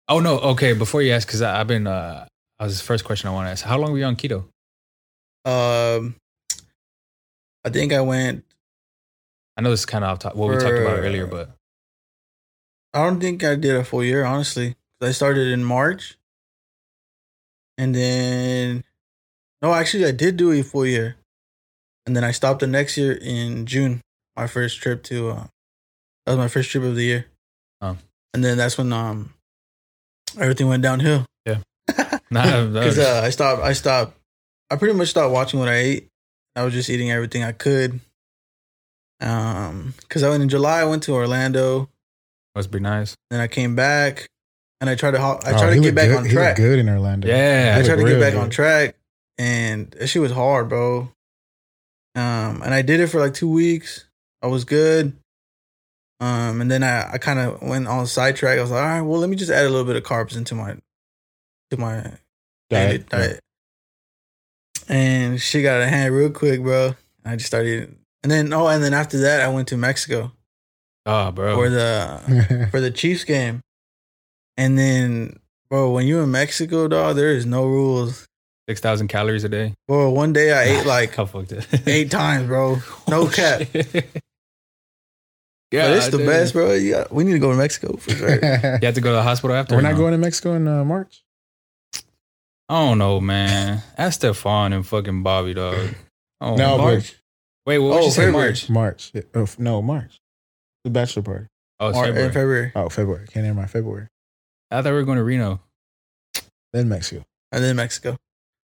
oh no. Okay. Before you ask, because I've been. uh that was the first question I want to ask. How long were you on keto? Um, I think I went. I know this is kind of off top. What we talked about For- earlier, but I don't think I did a full year, honestly. 'Cause I started in March, and then no, actually, I did do a full year, and then I stopped the next year in June. My first trip to uh, that was my first trip of the year. Oh. And then that's when um everything went downhill. nah, that Because was- uh, I stopped, I stopped, I pretty much stopped watching what I ate. I was just eating everything I could. Um, because I went in July, I went to Orlando, must be nice. then I came back, and I tried to, ho- I tried to get back on track. Oh, good in Orlando. Yeah. I He tried to looked get real back good. on track, and that shit was hard, bro. Um, and I did it for like two weeks. I was good. Um, and then I, I kind of went on sidetrack. I was like, all right, well, let me just add a little bit of carbs into my, to my daily Diet. diet. And she got out of hand real quick, bro. I just started, and then oh, and then after that, I went to Mexico Oh, bro. for the for the Chiefs game, and then bro, when you in Mexico, dog, there is no rules. Six thousand calories a day. Bro, one day I ate like How fucked up. eight times, bro. No cap. Yeah, But it's the best, bro. You got, we need to go to Mexico for sure. You have to go to the hospital after. We're or not no? going to Mexico in uh, March. I don't know, man. That's Stefan and fucking Bobby, dog. Oh, No, March. March. Wait, what would Oh, you say? February. March. March. Yeah, oh, f- no, March. The bachelor party. Oh, it's Mar- February. In February. Oh, February. Can't hear my February. I thought we were going to Reno. Then Mexico. And then Mexico.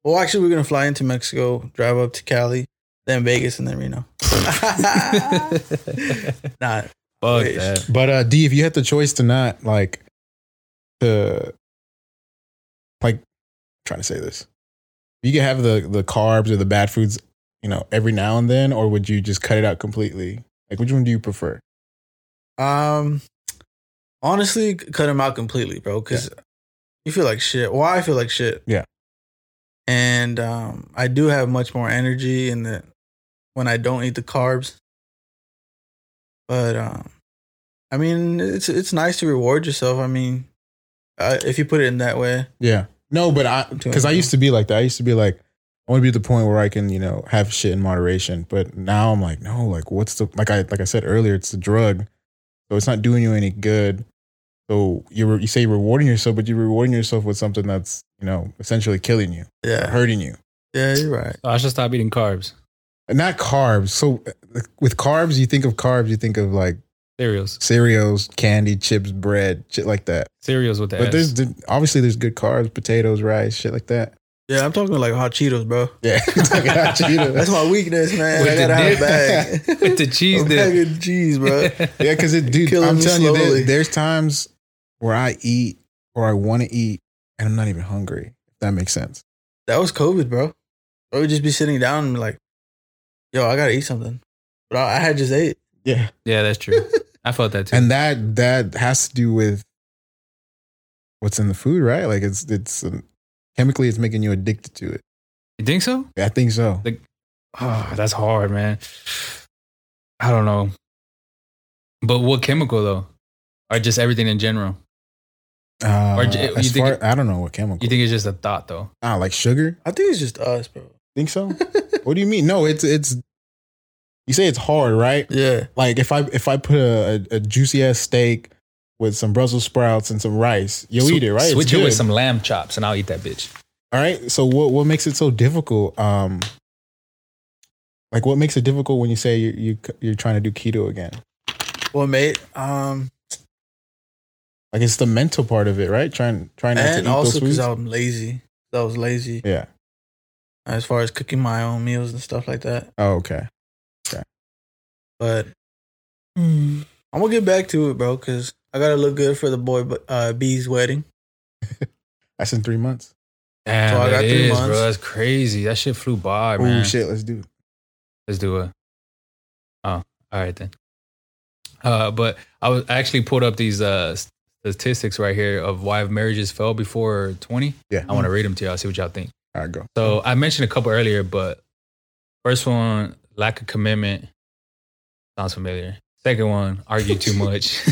Well, actually, we're going to fly into Mexico, drive up to Cali, then Vegas, and then Reno. Ah. Fuck nah, Wait. that. But uh, D, if you had the choice to not like, to, like, I'm trying to say this, you could have the the carbs or the bad foods, you know, every now and then, or would you just cut it out completely? Like, which one do you prefer? Um, honestly, c- cut him out completely, bro. Because you feel like shit. Well, I feel like shit. Yeah. And um, I do have much more energy in the when I don't eat the carbs. But um, I mean, it's it's nice to reward yourself. I mean, uh, if you put it in that way, Yeah. No, but I because I used to be like that. I used to be like, I want to be at the point where I can, you know, have shit in moderation. But now I'm like, no, like what's the like I like I said earlier, it's the drug. So it's not doing you any good. So you re- you say you're rewarding yourself, but you're rewarding yourself with something that's, you know, essentially killing you, or yeah, hurting you. yeah, you're right. So Oh, I should stop eating carbs, And not carbs. So uh, with carbs, you think of carbs, you think of like cereals, cereals, candy, chips, bread, shit like that. cereals with the But S. there's obviously there's good carbs, potatoes, rice, shit like that. Yeah, I'm talking like hot Cheetos, bro. Yeah, Talking about Cheetos. That's my weakness, man. With I the gotta have a dip. bag. with the cheese a bag dip. of cheese, bro. Yeah, because it, dude, Killing I'm me telling you, there- slowly. there's times where I eat or I want to eat and I'm not even hungry. If that makes sense. That was COVID, bro. I would just be sitting down and be like, yo, I gotta eat something. But I, I had just ate. Yeah, yeah, that's true. I felt that too. and that that has to do with what's in the food, right? Like it's it's um, chemically it's making you addicted to it. you think so? I think so. Oh, that's hard, man. I don't know. But what chemical though? Or just everything in general? Uh, Or j- as you think far, it- I don't know what chemical. You think it's just a thought though? ah, like sugar? I think it's just us, bro. Think so? what do you mean? No, it's it's. You say it's hard, right? Yeah. like if I if I put a, a, a juicy ass steak with some Brussels sprouts and some rice, you'll Sw- eat it, right? It's Switch it with good. some lamb chops, and I'll eat that bitch. All right. So what what makes it so difficult? Um, like what makes it difficult when you say you you you're trying to do keto again? Well, mate, um, Like it's the mental part of it, right? Trying trying not to eat and also those because foods. I'm lazy. I was lazy yeah. as far as cooking my own meals and stuff like that. Oh, okay. Hmm. But I'm gonna get back to it, bro, because I gotta look good for the boy uh, B's wedding. That's in three months. Damn, So I got that three is, months. bro. That's crazy. That shit flew by, Oh man. shit, let's do it. Let's do it. Oh, all right then. Uh, but I was I actually pulled up these uh statistics right here of why marriages fell before twenty. Yeah. I want to read them to y'all. See what y'all think. All right, go. So I mentioned a couple earlier, but first one, lack of commitment. Sounds familiar. Second one, argue too much.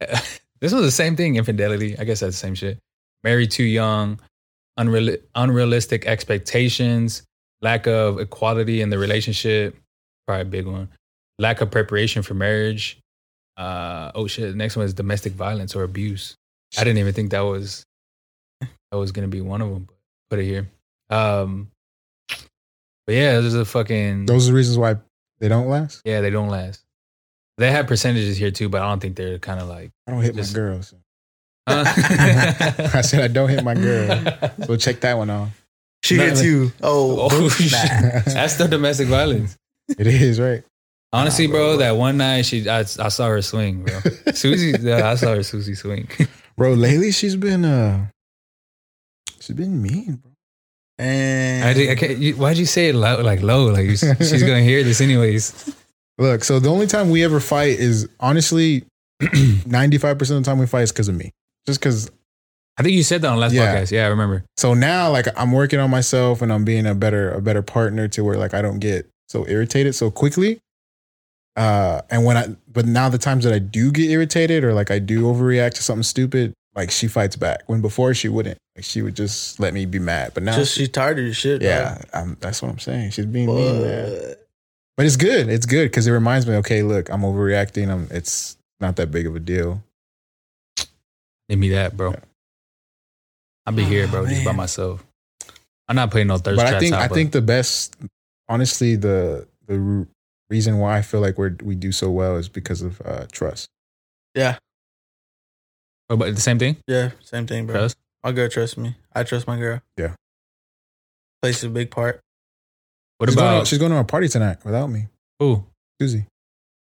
this was the same thing, infidelity. I guess that's the same shit. Married too young, unreal- unrealistic expectations, lack of equality in the relationship. Probably a big one. Lack of preparation for marriage. Uh, oh shit. The next one is domestic violence or abuse. I didn't even think that was that was gonna be one of them, but put it here. Um, but yeah, there's a fucking Those are the reasons why they don't last. yeah. They don't last. They have percentages here too, but I don't think they're kind of like. I don't hit Just- my girls. I huh? said I don't hit my girl. So check that one off. She No, hits no. you. Oh, Oh, nah. shit. That's the domestic violence. it is right. Honestly, Nah, bro, bro, bro. that one night she, I, I saw her swing, bro. Susie, yeah, I saw her Susie swing. Bro, lately she's been uh she's been mean, bro. And I did, I can't, you, why'd you say it low, like low? Like you- she's gonna hear this anyways. Look, so the only time we ever fight is honestly 95% of the time we fight is because of me. Just because. I think you said that on last Yeah. podcast. Yeah, I remember. So now, like, I'm working on myself and I'm being a better, a better partner to where, like, I don't get so irritated so quickly. Uh, and when I, but now the times that I do get irritated or like I do overreact to something stupid, like she fights back. When before she wouldn't, like, she would just let me be mad. But now, just she's tired of your shit. yeah, I'm, that's what I'm saying. She's being Dog. mean, man. But it's good. It's good because it reminds me. Okay, look, I'm overreacting. I'm. It's not that big of a deal. Give me that, bro. Yeah. I'll be here, bro, Oh, just by man. myself. I'm not playing no thirst Ah, but I traps think out, I but- think the best, honestly, the the r- reason why I feel like we are we do so well is because of uh, trust. Oh, but the same thing. Yeah, same thing, bro. Trust? My girl trusts me. I trust my girl. Yeah. Plays a big part. What she's Going to, about she's going to a party tonight without me, who? Susie.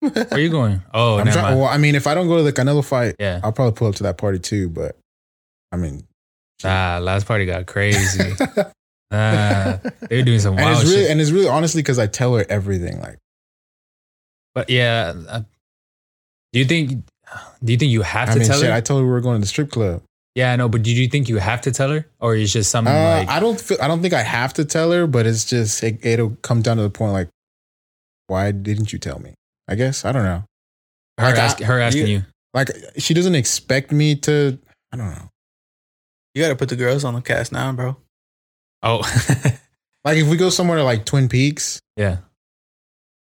Where you going? Oh, I'm never trying. mind. Well, I mean, if I don't go to the Canelo fight, yeah. I'll probably pull up to that party too. But I mean, Ah, last party got crazy. ah, they're doing some and wild it's really shit. and it's really honestly because I tell her everything. Like, but yeah, I- do you think? Do you think you have I to mean, tell shit, her? I told her we were going to the strip club. yeah, I know. But do you think you have to tell her, or is just something Uh, Mm, like? I don't feel, I don't think I have to tell her, but it's just it, it'll come down to the point like, why didn't you tell me? I guess I don't know. her, like, I- ask, her asking you. Like she doesn't expect me to. I don't know. You gotta put the girls on the cast now, bro. Oh, Like if we go somewhere to like Twin Peaks, yeah.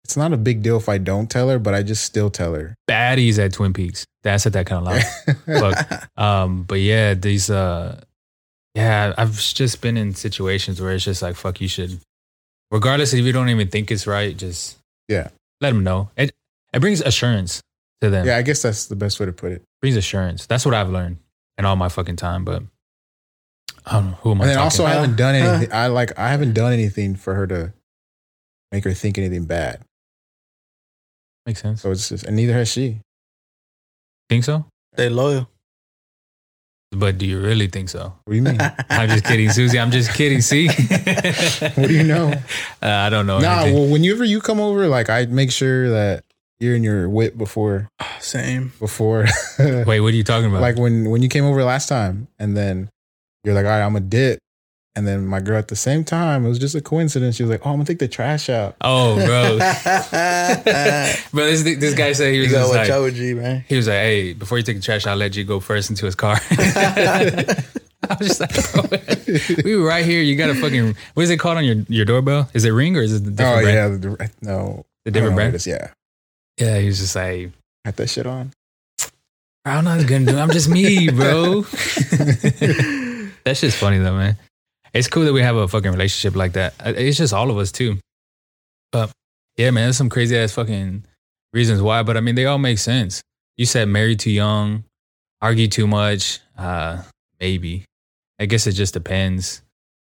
it's not a big deal if I don't tell her, but I just still tell her. Baddies at Twin Peaks. That's said that kind of loud. Fuck. Um, but yeah, these uh yeah, I've just been in situations where it's just like fuck you should regardless if you don't even think it's right, just Yeah. Let them know. It it brings assurance to them. yeah, I guess that's the best way to put it. brings assurance. That's what I've learned in all my fucking time, but I don't know who am I And then talking also, I to? haven't done Huh. anything. I like I haven't done anything for her to make her think anything bad. makes sense. So it's just, and neither has she. Think so? They loyal. But do you really think so? What do you mean? I'm just kidding, Susie. I'm just kidding. See, What do you know? Uh, I don't know. Nah, anything. well, whenever you come over, like I make sure that you're in your wit before Same. before Wait, what are you talking about? like when when you came over last time, and then you're like, all right, I'm a dip, and then my girl at the same time, it was just a coincidence. She was like, oh, I'm gonna take the trash out. oh, bro, you bro, this this guy said he was gotta just like, watch out with G, man. He was like, "Hey, before you take the trash, I'll let you go first into his car." I was just like, bro, "We were right here. You got a fucking what is it called on your, your doorbell? Is it Ring or is it the different oh brand? yeah, the, dir- no, The I don't know different what brand? it is. Yeah, Yeah, he was just like, had that shit on. "Bro, I'm not gonna do. it. I'm just me, bro." That's just funny though, man. It's cool that we have a fucking relationship like that. I- It's just all of us too. But yeah, man, there's some crazy ass fucking reasons why. But I mean, they all make sense. You said marry too young, argue too much. Uh, maybe. I guess it just depends.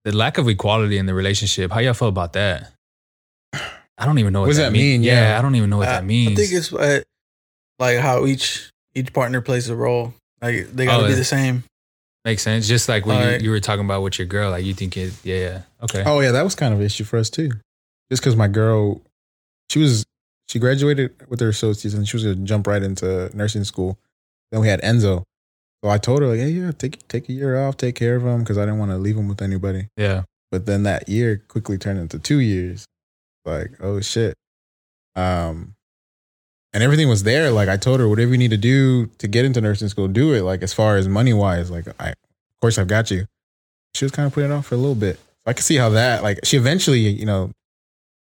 The lack of equality in the relationship. How y'all feel about that? I don't even know what, What does that mean? Yeah, Yeah. I don't even know what I- that means. I think it's uh, like how each each partner plays a role. Like they gotta Oh, be yeah. the same. Makes sense. Just like when you, Alright. you were talking about with your girl, like you think it, yeah, yeah. Okay. Oh yeah, that was kind of an issue for us too. Just because my girl, she was she graduated with her associates and she was gonna jump right into nursing school. Then we had Enzo, so I told her, like, yeah, yeah, take take a year off, take care of him, because I didn't want to leave him with anybody. Yeah. But then that year quickly turned into two years. Like, oh shit. Um, and everything was there. Like I told her, whatever you need to do to get into nursing school, do it. Like as far as money wise, like I, of course, I've got you. She was kind of putting it off for a little bit. I could see how that. Like she eventually, you know,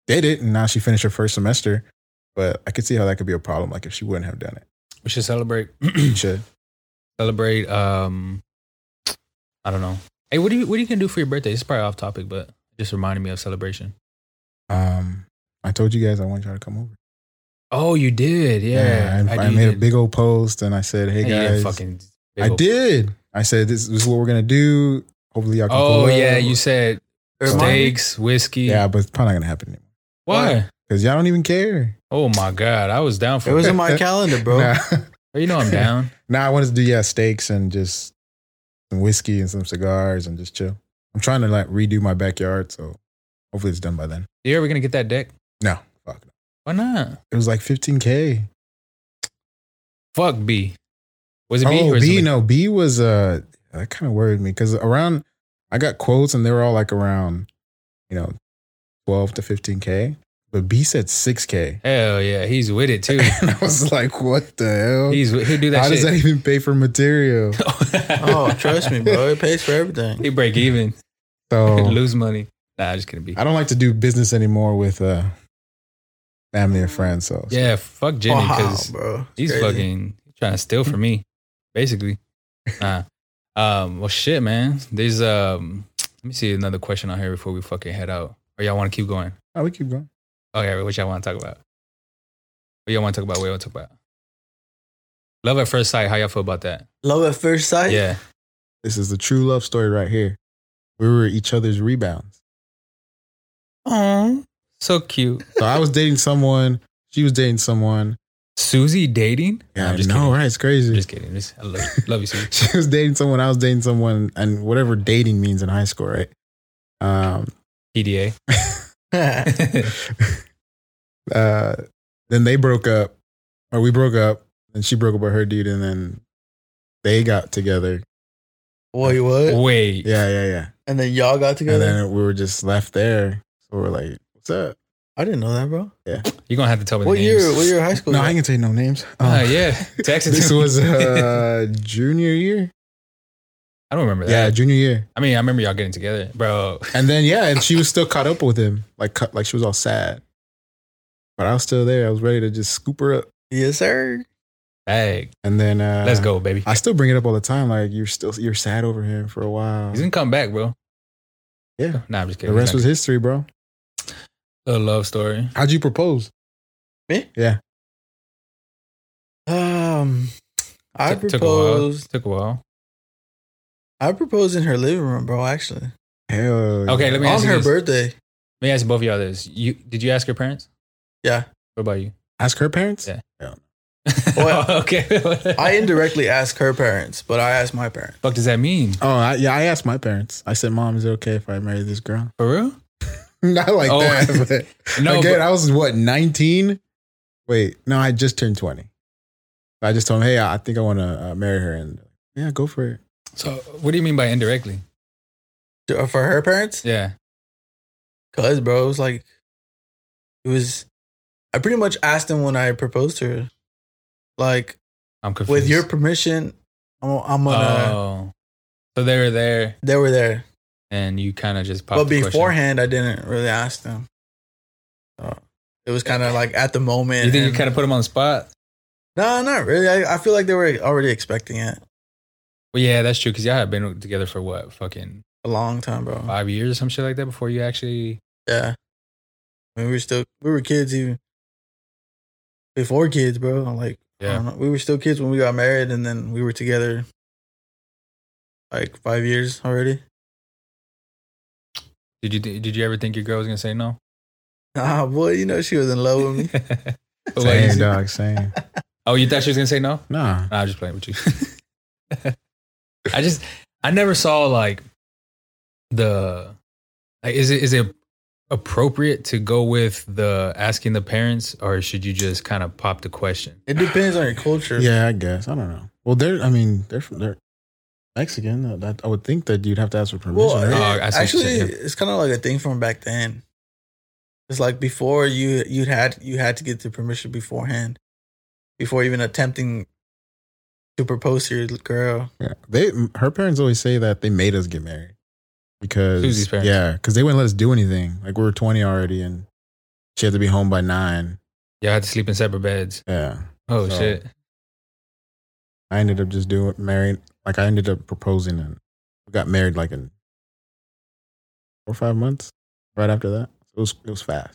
did it, and now she finished her first semester. But I could see how that could be a problem. Like if she wouldn't have done it, We should celebrate. she should. celebrate. Um, I don't know. Hey, what do you what are you gonna do for your birthday? It's probably off topic, but it just reminded me of celebration. Um, I told you guys I want y'all to come over. Oh, you did. Yeah. I, I, you made a did. big old post, and I said, "Hey Hey, you guys, did fucking. big I ol- did. I said this, this is what we're gonna do. Hopefully y'all. Can Oh pull yeah, up." you said Remind me. steaks, whiskey. Yeah, but it's probably not gonna happen anymore Why? because y'all don't even care. Oh my god, I was down for It it. was in my calendar, bro. Nah, you know I'm down. nah, I wanted to do yeah steaks and just some whiskey and some cigars and just chill. I'm trying to like redo my backyard, so hopefully it's done by then. you ever gonna get that deck? No, fuck. no. Why not? It was like 15k. Fuck B. Was it B Oh, or is B, it no, B was uh that kind of worried me because around I got quotes and they were all like around, you know, 12 to 15k, but B said 6k. Hell yeah, he's with it too. And I was like, what the hell? He's he do that How does that shit. even pay for material? oh, trust me, bro. It pays for everything. He break even, So lose money. Nah, I'm just gonna be. Oh. I don't like to do business anymore with uh family or friends. So Yeah, fuck Jimmy Oh, Wow, because Oh, bro. It's he's crazy. fucking trying to steal from me, basically. Nah. Um. Well, shit, man. There's um. Let me see another question on here before we fucking head out. Or y'all want to keep going? Oh, we keep going. Okay, what y'all want to talk about? What y'all want to talk about? What y'all want to talk about? Love at first sight. How y'all feel about that? love at first sight. Yeah. This is the true love story right here. We were each other's rebounds. Oh, so cute. So I was dating someone, she was dating someone. Susie dating? Yeah, I'm just no, kidding. right? It's crazy. I'm just kidding. Just- I love, love you, Susie. she was dating someone, I was dating someone, and whatever dating means in high school, right? Um, PDA. uh, then they broke up, or we broke up, and she broke up with her dude, and then they got together. Wait, what? Wait. Yeah, yeah, yeah. And then y'all got And together. then we were just left there. So we're like, what's up? I didn't know that, bro. You're going to have to tell me What the year? names. What year Oh. of high school? No, was I ain't that? gonna tell you no names. Uh, Um, yeah. Text it This to me. was uh, junior year. I don't remember Yeah, that. junior year. I mean, I remember y'all getting together, bro. And then yeah, and she was still caught up with him, like cut, like she was all sad. But I was still there. I was ready to just scoop her up. yes, sir. Hey, And then uh, let's go, baby. I still bring it up all the time. Like you're still you're sad over him for a while. He's gonna come back, bro. Yeah. Nah, I'm just The kidding. rest was history, bro. a love story. How'd you propose? Um, I Took- Took a while. proposed. Took a while. I proposed in her living room, bro. Actually, Hell. Okay, yeah. let me on ask you her this. birthday. Let me ask both of y'all this. You did you ask your parents? Yeah, What about you? ask her parents. Yeah. Yeah. Well, okay. I indirectly asked her parents, but I asked my parents. fuck does that mean? Oh I, yeah, I asked my parents. I said, "Mom, is it okay if I marry this girl?" For real? Not like Oh. that. But No, again, but- I was what nineteen. Wait, no, I just turned twenty. I just told him, "Hey, I I think I want to uh, marry her," and yeah, go for it. So what do you mean by indirectly? To- uh, For her parents, Yeah. cause bro, it was like, it was. I pretty much asked them when I proposed to her, like I'm confused. with your uh, permission, I'm, I'm gonna. Oh. So they were there They were there, and you kind of just popped but the question. beforehand, I didn't really ask them. Uh, it was kind of like at the moment. You think you and- kind of put them on the spot? No, not really. I, I feel like they were already expecting it Well, yeah, that's true. Because y'all have been together for what, fucking a long time, bro. five years or some shit like that before you actually. Yeah. I mean, we were still we were kids even before kids, bro. Like, I Yeah. don't know. we were still kids when we got married, and then we were together like five years already. Did you did you ever think your girl was gonna say no? Ah, boy, you know she was in love with me. But what Same you- dog, same. Oh, you thought she was gonna say no? Nah. Nah, I'm just playing with you. I just I never saw like the like, is it is it appropriate to go with the asking the parents or should you just kind of pop the question? It depends on your culture. Yeah, I guess. I don't know. Well, they're. I mean, they're from they're Mexican. uh, That I would think that you'd have to ask for permission. Well, right? Oh, it- I see what actually, you're it's kind of like a thing from back then. It's like before you you had you had to get the permission beforehand, before even attempting to propose to your girl. Yeah. They her parents always say that they made us get married because Susie's parents. yeah, because they wouldn't let us do anything. Like we were twenty already, and she had to be home by nine. Y'all had to sleep in separate beds. Yeah, Oh So- shit. I ended up just doing married. Like I ended up proposing, and we got married like in four or five months. Right after that, it was it was fast.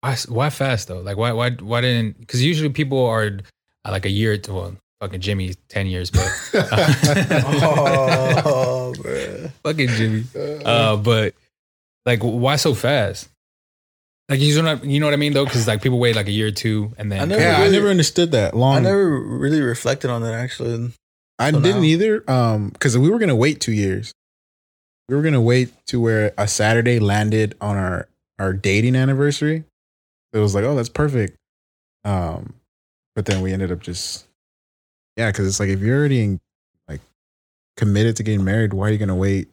Why why fast though? Like why why why didn't because usually people are uh, like a year to well, fucking Jimmy's ten years, but oh, bruh. fucking Jimmy. Uh, but like, why so fast? Like, you know, what I- you know what I mean though, because like people wait like a year or two, and then I never yeah, I really- never understood that long. I um, never really reflected on that actually. I So didn't now- either. Um, because we were gonna wait two years. We were gonna wait to where a Saturday landed on our our dating anniversary. It was like, oh, that's perfect. Um, but then we ended up just, yeah, because it's like if you're already in, like committed to getting married, why are you gonna wait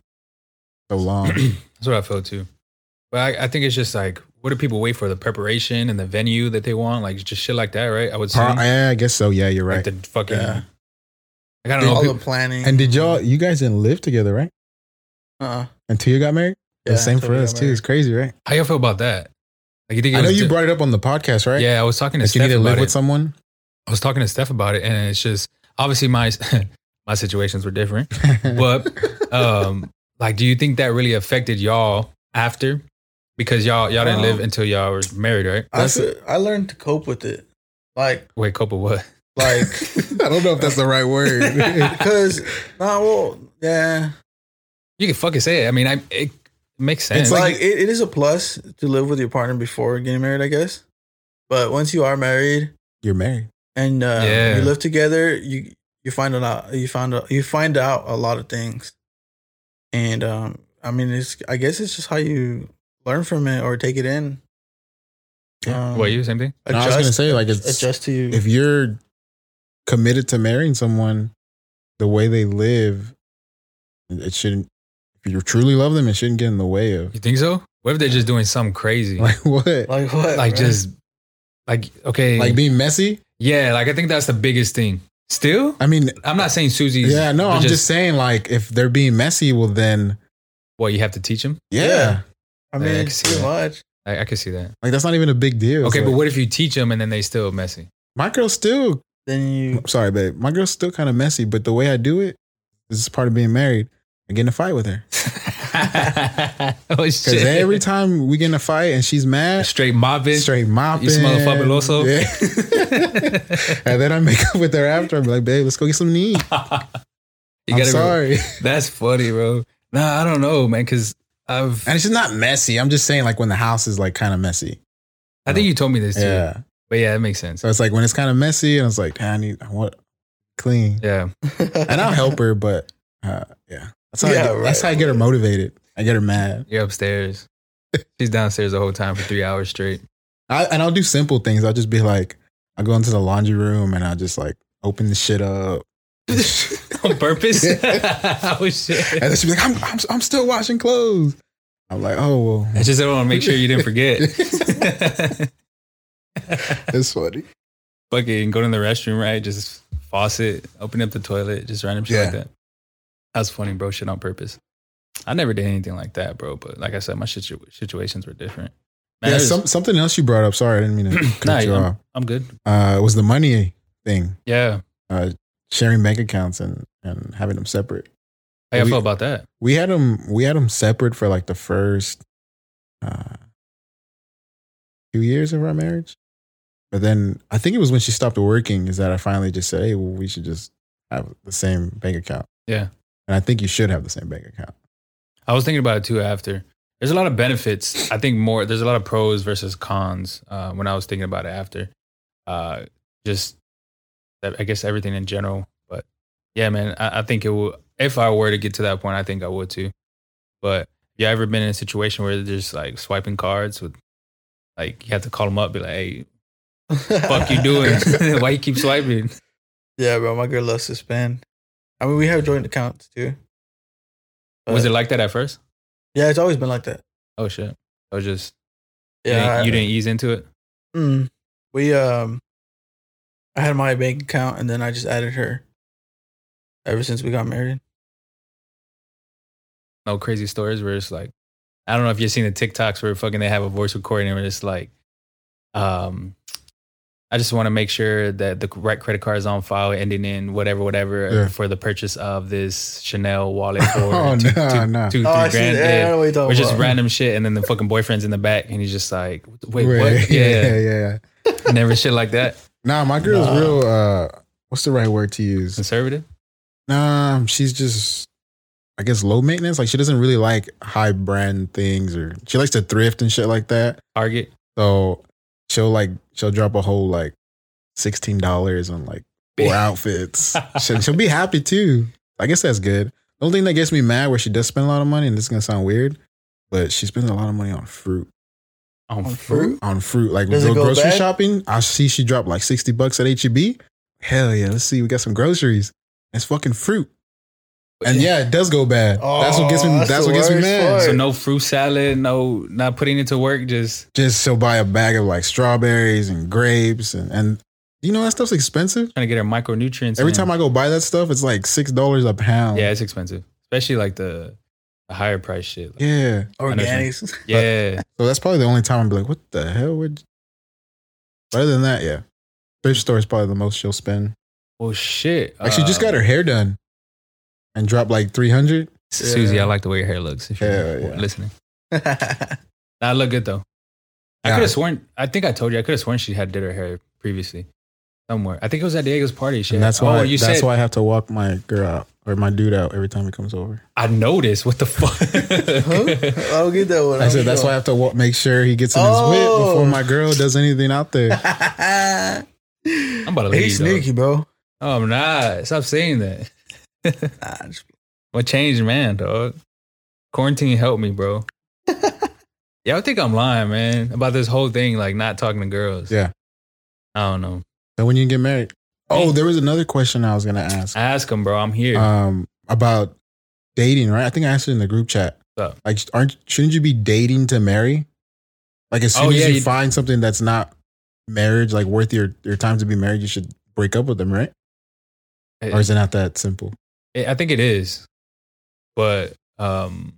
so long? that's what I felt too. But I, I think it's just like, what do people wait for? The preparation and the venue that they want, like just shit like that, right? I would say, Pro- yeah, I guess so. Yeah, you're like right. the fucking. Yeah. Like, I don't know. All people- the planning. and did y'all? You guys didn't live together, right? Uh, Until you got married. yeah, the same until for we us got too. It's crazy, right? how y'all feel about that? Like, you think? it I know was you di- brought it up on the podcast, right? Yeah, I was talking to That you Steph need to about live it. with someone. I was talking to Steph about it, and it's just obviously my my situations were different. but um like do you think that really affected y'all after because y'all y'all didn't live Um, until y'all were married right I, s- I learned to cope with it, like wait copa what like I don't know if that's the right word. because nah, well, yeah, you can fucking say it i mean i it makes sense it's like- like, it, it is a plus to live with your partner before getting married, I guess. But once you are married You're married. and uh, Yeah. you live together, you you find a lot. You find out you find out a lot of things, and um, I mean, it's I guess it's just how you learn from it or take it in. Um, what you same thing No, I was gonna say like it's adjust to you. if you're committed to marrying someone, the way they live, it shouldn't. If you truly love them, it shouldn't get in the way of you think so what if they're just doing something crazy like, like what, like, like what? right? just like okay like being messy. yeah like i think that's the biggest thing still I mean, i'm not saying susie's yeah, no, but I'm just, saying like if they're being messy, well then, what you have to teach them yeah, Yeah. I mean, Yeah, I can it's see too that. much. i, I could see that like that's not even a big deal. It's okay but like, what if you teach them and then they still messy my girl's still Then you sorry, babe, my girl's still kind of messy, but the way I do it, this is part of being married. I get in a fight with her. oh Because shit every time we get in a fight and she's mad, straight mobbing straight mopping. You smell fabuloso. Yeah. and then I make up with her after. I'm like, babe, let's go get something to eat. You I'm gotta- sorry. That's funny, bro. Nah, I don't know, man, because I've And it's just not messy. I'm just saying, like, when the house is like kind of messy. I think you told me this too. Yeah. But yeah, it makes sense. So it's like when it's kind of messy, and it's like, "Hey, I need, I want clean. Yeah. And I'll help her, but uh, yeah. That's how, I Yeah, get, that's right. how I get her motivated. I get her mad. You're upstairs. She's downstairs the whole time for three hours straight. I, and I'll do simple things. I'll just be like, I'll go into the laundry room and I'll just like open the shit up. On purpose? Yeah. oh shit. And then she'd be like, I'm, I'm, I'm still washing clothes. I'm like, oh, well, I just want to make sure you didn't forget. it's funny. Fucking go to the restroom, right? Just faucet, open up the toilet, just random shit like Yeah. that. That's funny, bro. Shit on purpose. I never did anything like that, bro. But like I said, my situ- situations were different. Man, yeah, there's- some, something else you brought up. Sorry, I didn't mean to cut Nah, you I'm- off. I'm good. Uh, was the money thing, Yeah. uh, sharing bank accounts and, and having them separate. How y'all We- feel about that? We had them, we had them separate for like the first uh, two years of our marriage. But then I think it was when she stopped working is that I finally just said, hey, well, we should just have the same bank account. Yeah. And I think you should have the same bank account. I was thinking about it too after. There's a lot of benefits. I think more, there's a lot of pros versus cons uh, when I was thinking about it after. Uh, just I guess everything in general. But yeah, man, I, I think it will. If I were to get to that point, I think I would too. But you ever been in a situation where they're just like swiping cards with, like you have to call them up, be like, "Hey, fuck you doing? Why you keep swiping?" Yeah, bro. My girl loves to spend. I mean, we have joint accounts too. Was But- it like that at first? Yeah, it's always been like that. Oh shit! I was just you Yeah, didn't- I- you didn't ease into it. Mm. We um, I had my bank account and then I just added her. Ever since we got married, no crazy stories where it's like I don't know if you've seen the TikToks where fucking they have a voice recording and it's like, um, I just want to make sure that the right credit card is on file, ending in whatever, whatever, Yeah. for the purchase of this Chanel wallet for Oh, two- no, two- no. two, oh, I three see. grand. Yeah, I know Yeah. what you're talking Or just about. random shit, and then the fucking boyfriend's in the back, and he's just like, "Wait, Right. what? yeah, Yeah, yeah. never shit like that." Nah, my girl's Nah. real. uh What's the right word to use? Conservative. Nah, she's just, I guess, low maintenance. Like she doesn't really like high brand things, or she likes to thrift and shit like that. Target. So she'll like she'll drop a whole like sixteen dollars on like four outfits. She, she'll be happy too. I guess that's good. The only thing that gets me mad where she does spend a lot of money, and this is gonna sound weird, but she spends a lot of money on fruit. On fruit. On fruit? on fruit. Like we Does it go, go grocery bad? shopping. I see she dropped like sixty bucks at HEB. Hell yeah, let's see. We got some groceries. It's fucking fruit. And yeah, it does go bad. that's what gets me. Oh, That's, that's the what gets me worst mad. part. So no fruit salad. No, not putting it to work. Just Just she'll buy a bag of like strawberries and grapes and and you know that stuff's expensive. trying to get her micronutrients. Every in. time I go buy that stuff, it's like six dollars a pound. Yeah, it's expensive, especially like the, the higher price shit. Like, yeah. Organics. yeah, So that's probably the only time I'd be like, what the hell would. Other than that, yeah, thrift store is probably the most she'll spend. well, shit. Like she just Um, got her hair done, and dropped like three hundred. Susie, Yeah. I like the way your hair looks. If you're Yeah, yeah. listening, nah, I look good though. I Yeah. could have sworn. I think I told you. I could have sworn she had did her hair previously, somewhere. I think it was at Diego's party. Shit. And that's why Oh, you that's said why I have to walk my girl out or my dude out every time he comes over. I noticed. What the fuck? huh? I don't get that one. I said that's why I have to walk, make sure he gets in his whip Oh. before my girl does anything out there. why. I'm about to He's leave, dog. sneaky, bro. oh, I'm not. Stop saying that. Nah, just- What changed, man, dog? Quarantine helped me, bro. yeah, I think I'm lying, man, about this whole thing, like not talking to girls. Yeah. I don't know. Then when you get married. Oh, there was another question I was gonna ask. Ask them, bro. I'm here. Um about dating, right? I think I asked it in the group chat. What's up? Like aren't shouldn't you be dating to marry? Like as soon Oh, as yeah, you you- find something that's not marriage, like worth your, your time to be married, you should break up with them, right? Or is it not that simple? It- I think it is, but um,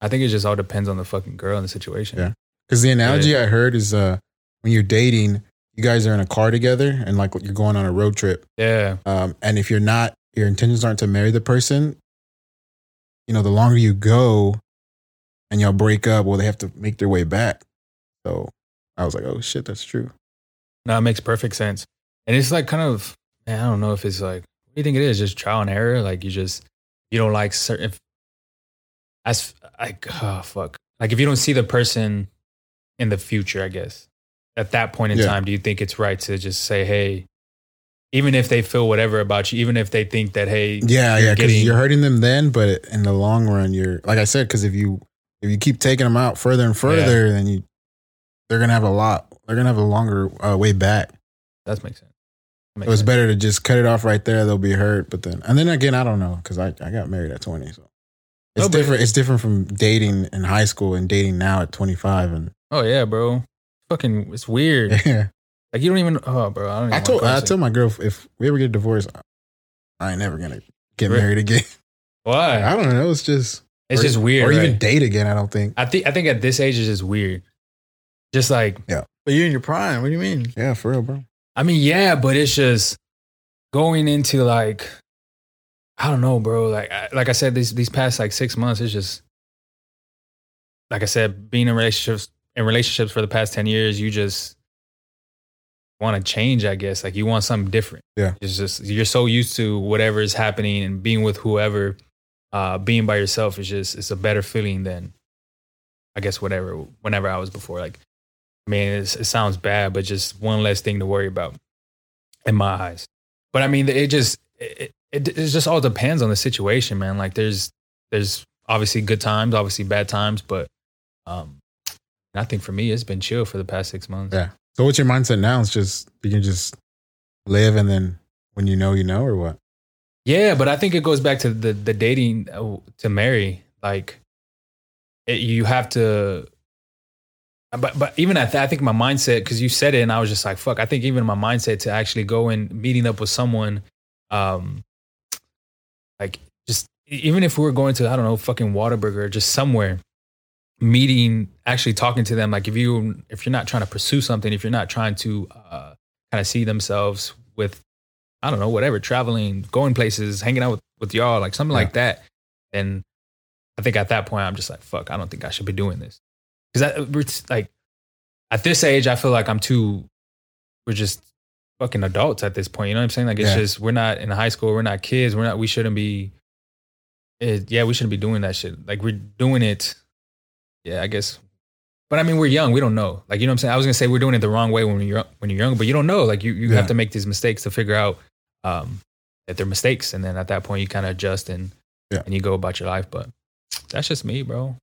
I think it just all depends on the fucking girl and the situation. Yeah. Because the analogy I heard is uh, when you're dating, you guys are in a car together and like you're going on a road trip. Yeah. Um, and if you're not, your intentions aren't to marry the person, you know, the longer you go and y'all break up, well, they have to make their way back. So I was like, oh shit, that's true. No, it makes perfect sense. And it's like kind of, man, I don't know if it's like, what do you think it is? Just trial and error? Like you just, you don't like certain, as like, oh, fuck. Like if you don't see the person in the future, I guess, at that point in Yeah. time, do you think it's right to just say, hey, even if they feel whatever about you, even if they think that, hey, Yeah, You're yeah, because getting- you're hurting them then, but in the long run, you're like I said, because if you if you keep taking them out further and further, then you they're gonna have a lot. They're gonna have a longer uh, way back. that makes sense. That It makes was sense. better to just cut it off right there. They'll be hurt, but then and then again, I don't know because I, I got married at twenty, so it's No, Oh, but- different. It's different from dating in high school and dating now at twenty five. And Oh, yeah, bro. Fucking, it's weird. yeah, Like you don't even, oh, bro. I don't even I wanna told I cross it. told my girl if- if we ever get divorced, I ain't never gonna get Really? married again. Why? I don't know. It's just It's or- just weird. or even right? date again. I don't think. I think I think at this age it's just weird. Just like But you're in your prime. What do you mean? Yeah, for real, bro. I mean, yeah, but it's just going into like I don't know, bro. Like I, like I said, these these past like six months, it's just like I said, being in relationships in relationships for the past ten years, you just want to change. I guess like you want something different. Yeah. it's just you're so used to whatever is happening and being with whoever, uh, being by yourself is just it's a better feeling than I guess whatever whenever I was before. Like I mean, it's, it sounds bad, but just one less thing to worry about. in my eyes. But I mean, it just it, it, it just all depends on the situation, man. Like there's there's obviously good times, obviously bad times, but um, I think for me, it's been chill for the past six months. Yeah. So what's your mindset now? It's just you can just live, and then when you know, you know, or what? Yeah, but I think it goes back to the the dating uh, to marry. Like, it, you have to. But but even at that, I think my mindset because you said it, and I was just like, fuck. I think even my mindset to actually go and meeting up with someone, um, like just e, even if we were going to I don't know fucking Whataburger or just somewhere, meeting actually talking to them. Like if you if you're not trying to pursue something, if you're not trying to uh, kind of see themselves with I don't know, whatever, traveling, going places, hanging out with, with y'all, like something like that. And I think at that point, I'm just like, fuck, I don't think I should be doing this. Cause I, it's like, at this age, I feel like I'm too, we're just fucking adults at this point. You know what I'm saying? Like, it's Yeah. just, we're not in high school, we're not kids, we're not, we shouldn't be, it, yeah, we shouldn't be doing that shit. Like, we're doing it, yeah, I guess. But I mean, we're young. We don't know. Like, you know what I'm saying? I was gonna say we're doing it the wrong way when you're when you're young, but you don't know. Like, you you Yeah. have to make these mistakes to figure out um, that they're mistakes, and then at that point you kind of adjust and Yeah. and you go about your life. But that's just me, bro.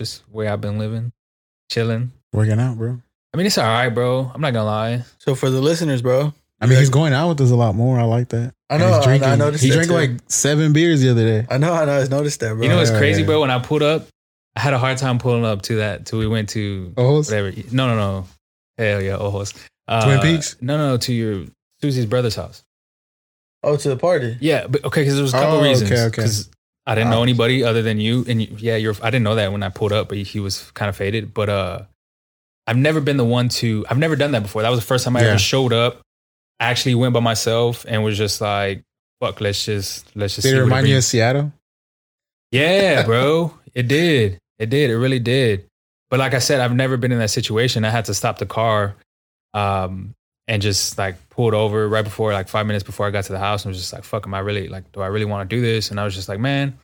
Just the way I've been living, chilling. Working out, bro. I mean, it's all right, bro. I'm not gonna lie. So for the listeners, bro, I mean, he's going out with us a lot more. I like that. I And know, he's I- I drinking- noticed he that drank too. like seven beers the other day. I know, I know, I noticed that, bro. You know what's yeah, crazy, yeah. bro? When I pulled up, I had a hard time pulling up to that till we went to Oh, whatever. No, no, no. Hell yeah, Ojos. Uh, Twin Peaks? No, no, to your Susie's brother's house. oh, to the party. Yeah, but okay, because there was a couple Oh, reasons. okay, okay. 'Cause I didn't Ah. know anybody other than you, and you, yeah, you're. I didn't know that when I pulled up, but he was kind of faded. But uh, I've never been the one to. I've never done that before. That was the first time I Yeah. ever showed up. Actually, went by myself and was just like, "Fuck, let's just let's just." did see it what remind you of brings." Seattle? Yeah, bro, it did. It did. It really did. But like I said, I've never been in that situation. I had to stop the car, um, and just like pulled over right before, like five minutes before I got to the house, and was just like, "Fuck, am I really like? Do I really want to do this?" And I was just like, "Man,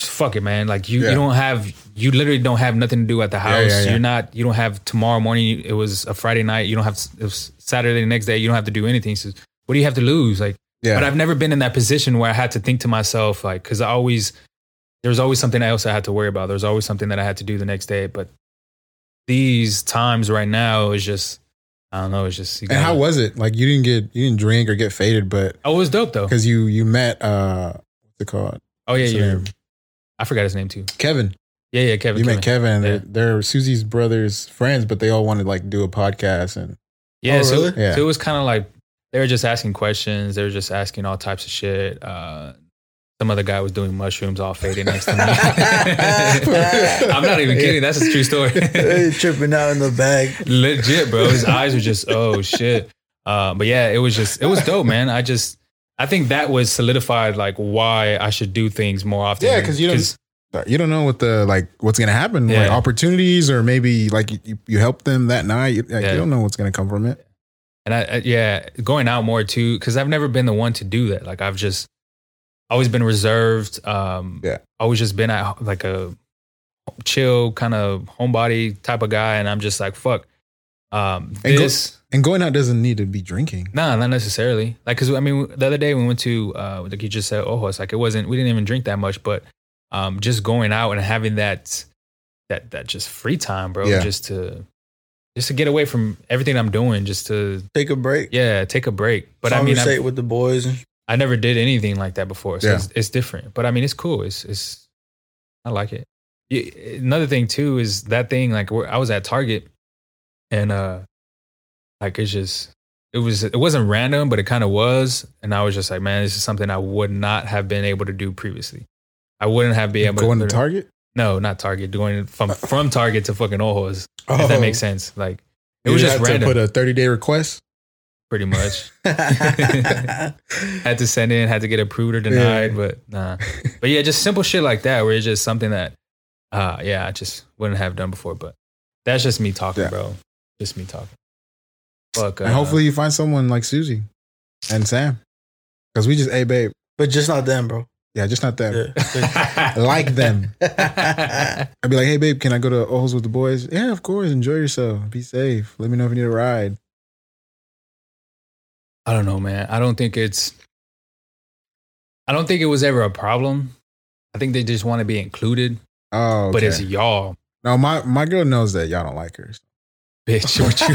just fuck it, man. Like you, Yeah. you don't have, you literally don't have nothing to do at the Yeah, house. yeah, yeah. You're not, you don't have tomorrow morning. It was a Friday night. You don't have it was Saturday the next day. You don't have to do anything. So what do you have to lose? Like." Yeah. But I've never been in that position where I had to think to myself, like, because I always, there was always something else I had to worry about. There was always something that I had to do the next day. But these times right now is just, I don't know, it's just. You and how gotta- was it? Like you didn't get you didn't drink or get faded, but Oh, it was dope though. because you you met uh what's it called? Oh yeah, What's his yeah. name? I forgot his name too. Kevin. Yeah, yeah, Kevin. you Kevin. met Kevin. and Yeah. They're, they're Susie's brothers' friends, but they all wanted like do a podcast and Yeah, Oh, so, really? Yeah. so it was kind of like they were just asking questions. They were just asking all types of shit. Uh, some other guy was doing mushrooms all faded next to me. I'm not even kidding. That's a true story. Hey, tripping out in the bag. legit, bro. His eyes were just oh shit. Uh, but yeah, it was just it was dope, man. I just I think that was solidified like why I should do things more often. Yeah, 'cause you don't- you don't know what the like what's gonna happen, Yeah. like opportunities or maybe like you, you help them that night. You, like, Yeah. you don't know what's gonna come from it. and I, I yeah going out more too because I've never been the one to do that. Like I've just always been reserved. Um, Yeah. always just been at like a chill kind of homebody type of guy, and I'm just like fuck. Um, And go- this. And going out doesn't need to be drinking. No, not necessarily. Like, cause I mean, the other day we went to, uh, like you just said, oh, it's like it wasn't. We didn't even drink that much, but um, just going out and having that, that, that just free time, bro. Yeah. Just to, just to get away from everything I'm doing, just to, Take a break. yeah, take a break. But I mean, Conversate I, with the boys. I never did anything like that before, so Yeah. it's, it's different. But I mean, it's cool. It's, it's, I like it. Yeah, another thing too is that thing. Like, where I was at Target, and uh, like it's just it was it wasn't random but it kind of was and i was just like man this is something i would not have been able to do previously i wouldn't have been able Going to Uh, to Target. no not target going from from target to fucking ojos if Oh. oh. that makes sense like it was You just had to random put a thirty day request. pretty much yeah, had to send in had to get approved or denied Yeah. but nah but yeah just simple shit like that where it's just something that uh yeah i just wouldn't have done before but that's just me talking Yeah. bro just me talking Fuck, and uh, hopefully you find someone like Susie and Sam. Because we just, hey, babe. but just not them, bro. Yeah, just not them. Yeah. uh, Like them. I'd be like, hey, babe, can I go to O's with the boys? Yeah, of course. Enjoy yourself. Be safe. Let me know if you need a ride. I don't know, man. I don't think it's. I don't think it was ever a problem. I think they just want to be included, Oh, but it's okay. y'all, no. My my girl knows that y'all don't like her. bitch. What you?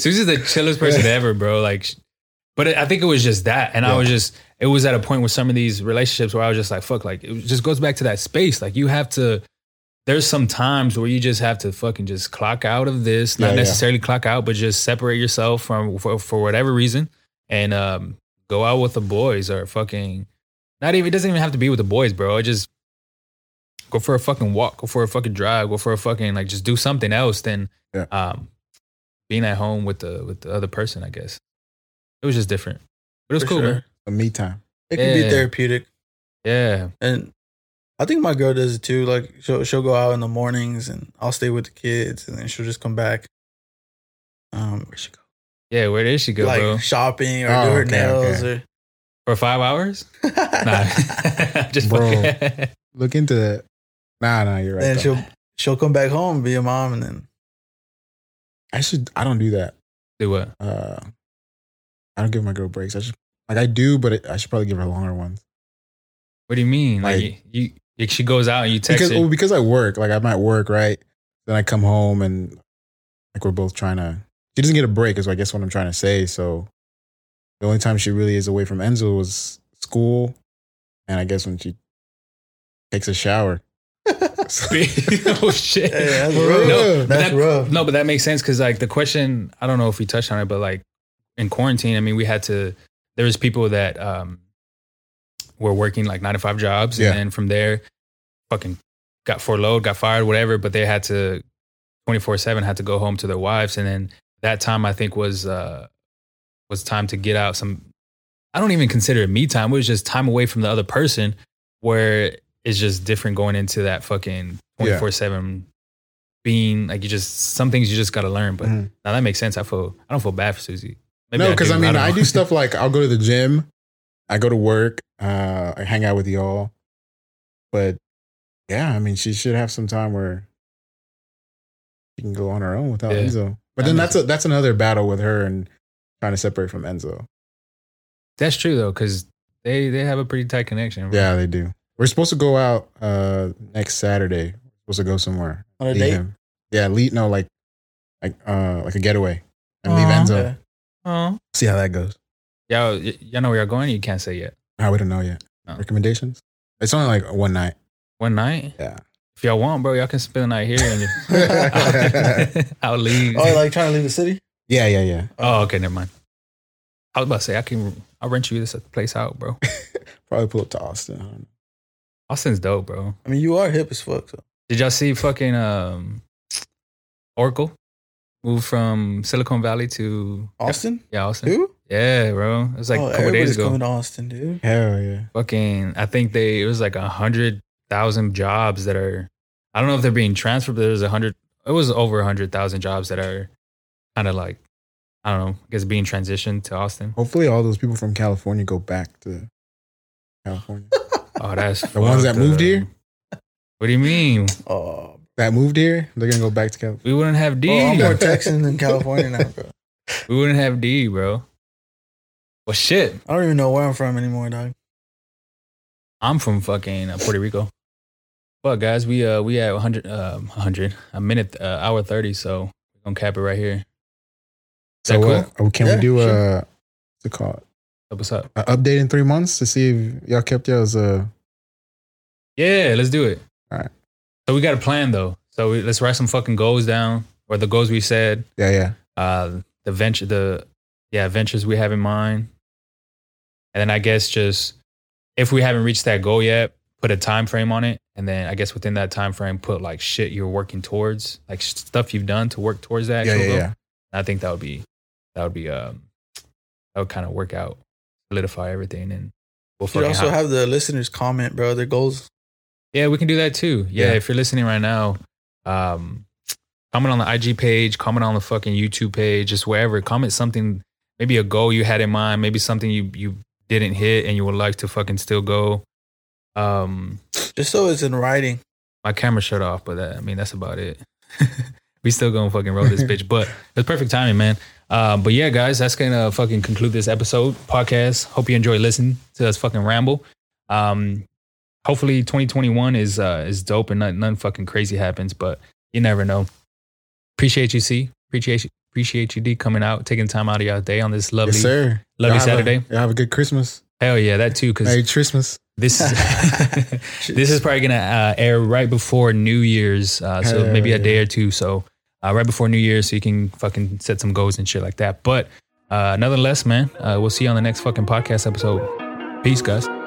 Susie's the chillest person ever, bro. Like, sh- but it, I think it was just that, and I Yeah. was just. It was at a point with some of these relationships where I was just like, fuck. Like, it just goes back to that space. Like, you have to. There's some times where you just have to fucking just clock out of this, not Yeah, yeah. necessarily clock out, but just separate yourself from for, for whatever reason, and um, go out with the boys or fucking not even it doesn't even have to be with the boys, bro. It just go for a fucking walk, go for a fucking drive, go for a fucking like just do something else than Yeah. um being at home with the with the other person, I guess. It was just different. But it was For cool, sure. man. A me time. It can Yeah. be therapeutic. Yeah. And I think my girl does it too. Like she'll she'll go out in the mornings and I'll stay with the kids and then she'll just come back. Um where she go? Yeah, where did she go, like bro? shopping or Oh, do her okay, nails For five hours? or Nah. just Bro. fucking Look into that. Nah, nah, you're right. then though. she'll she'll come back home, be a mom and then I should. I don't do that. do what? Uh, I don't give my girl breaks. I should like I do, but I should probably give her longer ones What do you mean? Like, Like- you, you like, she goes out and you text because her. well, because I work. Like I'm at work, right? Then I come home and like we're both trying to. She doesn't get a break, is I guess what I'm trying to say. So the only time she really is away from Enzo was school, and I guess when she takes a shower. oh shit. Hey, that's For real. real. No, Yeah. but that's that- rough. No, but that makes sense because like the question, I don't know if we touched on it, but like in quarantine, I mean, we had to. There was people that um were working like nine to five jobs, Yeah. and then from there, fucking got furloughed, got fired, whatever. But they had to twenty four seven had to go home to their wives, and then that time I think was uh was time to get out some. I don't even consider it me time. It was just time away from the other person, where it's just different going into that fucking Yeah. twenty four seven being like you just some things you just gotta learn. But Mhm. now that makes sense. I feel I don't feel bad for Susie. Maybe no, because I, do. mean, don't I, know. do stuff like I'll go to the gym, I go to work, uh, I hang out with y'all. But yeah, I mean, she should have some time where she can go on her own without Yeah. Enzo. But That then makes that's a, that's another battle with her and trying to separate from Enzo. Mm-hmm. That's true though, because they they have a pretty tight connection. bro. Yeah, they do. We're supposed to go out uh next Saturday. We're supposed to go somewhere. On a Leave date. him. Yeah, leave no like like uh like a getaway and leave Enzo. Yeah. Aw. See how that goes. Y'all, y- y'all know where y'all going. You can't say yet. Ah, we don't know yet. Oh. Recommendations? It's only like one night. One night, Yeah. if y'all want, bro, y'all can spend the night here. And I'll leave. Oh, like trying to leave the city? Yeah, yeah, yeah. oh, okay, never mind. I was about to say I can. I'll rent you this place out, bro. Probably pull up to Austin. I don't know. Austin's dope, bro. I mean you are hip as fuck, so Did y'all see fucking um, Oracle move from Silicon Valley to Austin? yeah Austin? Dude? Yeah, bro. It was like oh, a couple days everybody's ago. coming to Austin, dude. Hell yeah. Fucking, I think they it was like a hundred thousand jobs that are. I don't know if they're being transferred, but there's a hundred. It was over a hundred thousand jobs that are kind of like I don't know. I guess being transitioned to Austin. Hopefully, all those people from California go back to California Oh, that's The ones that fucked moved up. here? What do you mean? Oh, that moved here. They're gonna go back to California. We wouldn't have D. Oh, bro, I'm more Texan than California now, bro. we wouldn't have D, bro. Well, shit. I don't even know where I'm from anymore, dog. I'm from fucking uh, Puerto Rico. But guys, we uh we at 100 uh 100 a minute uh, hour 30, so we're gonna cap it right here. So that what? Oh, can Yeah, we do sure. a what's it called? What's up? An update in three months to see if y'all kept y'all's uh Yeah, let's do it. All right. So we got a plan though. So we, let's write some fucking goals down, or the goals we said, yeah yeah uh, the venture, the yeah ventures we have in mind, and then I guess just if we haven't reached that goal yet, put a time frame on it, and then I guess within that time frame, put like shit you're working towards, like sh- stuff you've done to work towards that. yeah actual yeah goal. yeah. I think that would be that would be um that would kind of work out, solidify everything, and we'll Should fucking also hop- have the listeners comment, bro, their goals. yeah, we can do that too. Yeah, Yeah. if you're listening right now, um, comment on the IG page, comment on the fucking YouTube page, just wherever. Comment something, maybe a goal you had in mind, maybe something you you didn't hit and you would like to fucking still go. Um, Just so it's in writing. my camera shut off, but that, I mean that's about it. we still gonna fucking roll this bitch. But it's perfect timing, man. Um, but yeah, guys, that's gonna fucking conclude this episode podcast. Hope you enjoy listening to us fucking ramble. Um, hopefully, 2021 is uh, is dope and nothing, nothing fucking crazy happens. But you never know. Appreciate you, C. Appreciate you, appreciate you, D, coming out, taking time out of your day on this lovely, Yes, sir. lovely Y'all have a- Saturday. y'all have a good Christmas. Hell yeah, that too. Because Merry Christmas. this is this is probably gonna uh, air right before New Year's, uh, so Hell maybe a yeah. day or two. So uh, right before New Year's, so you can fucking set some goals and shit like that. But uh, nonetheless, man, uh, we'll see you on the next fucking podcast episode. Peace, guys.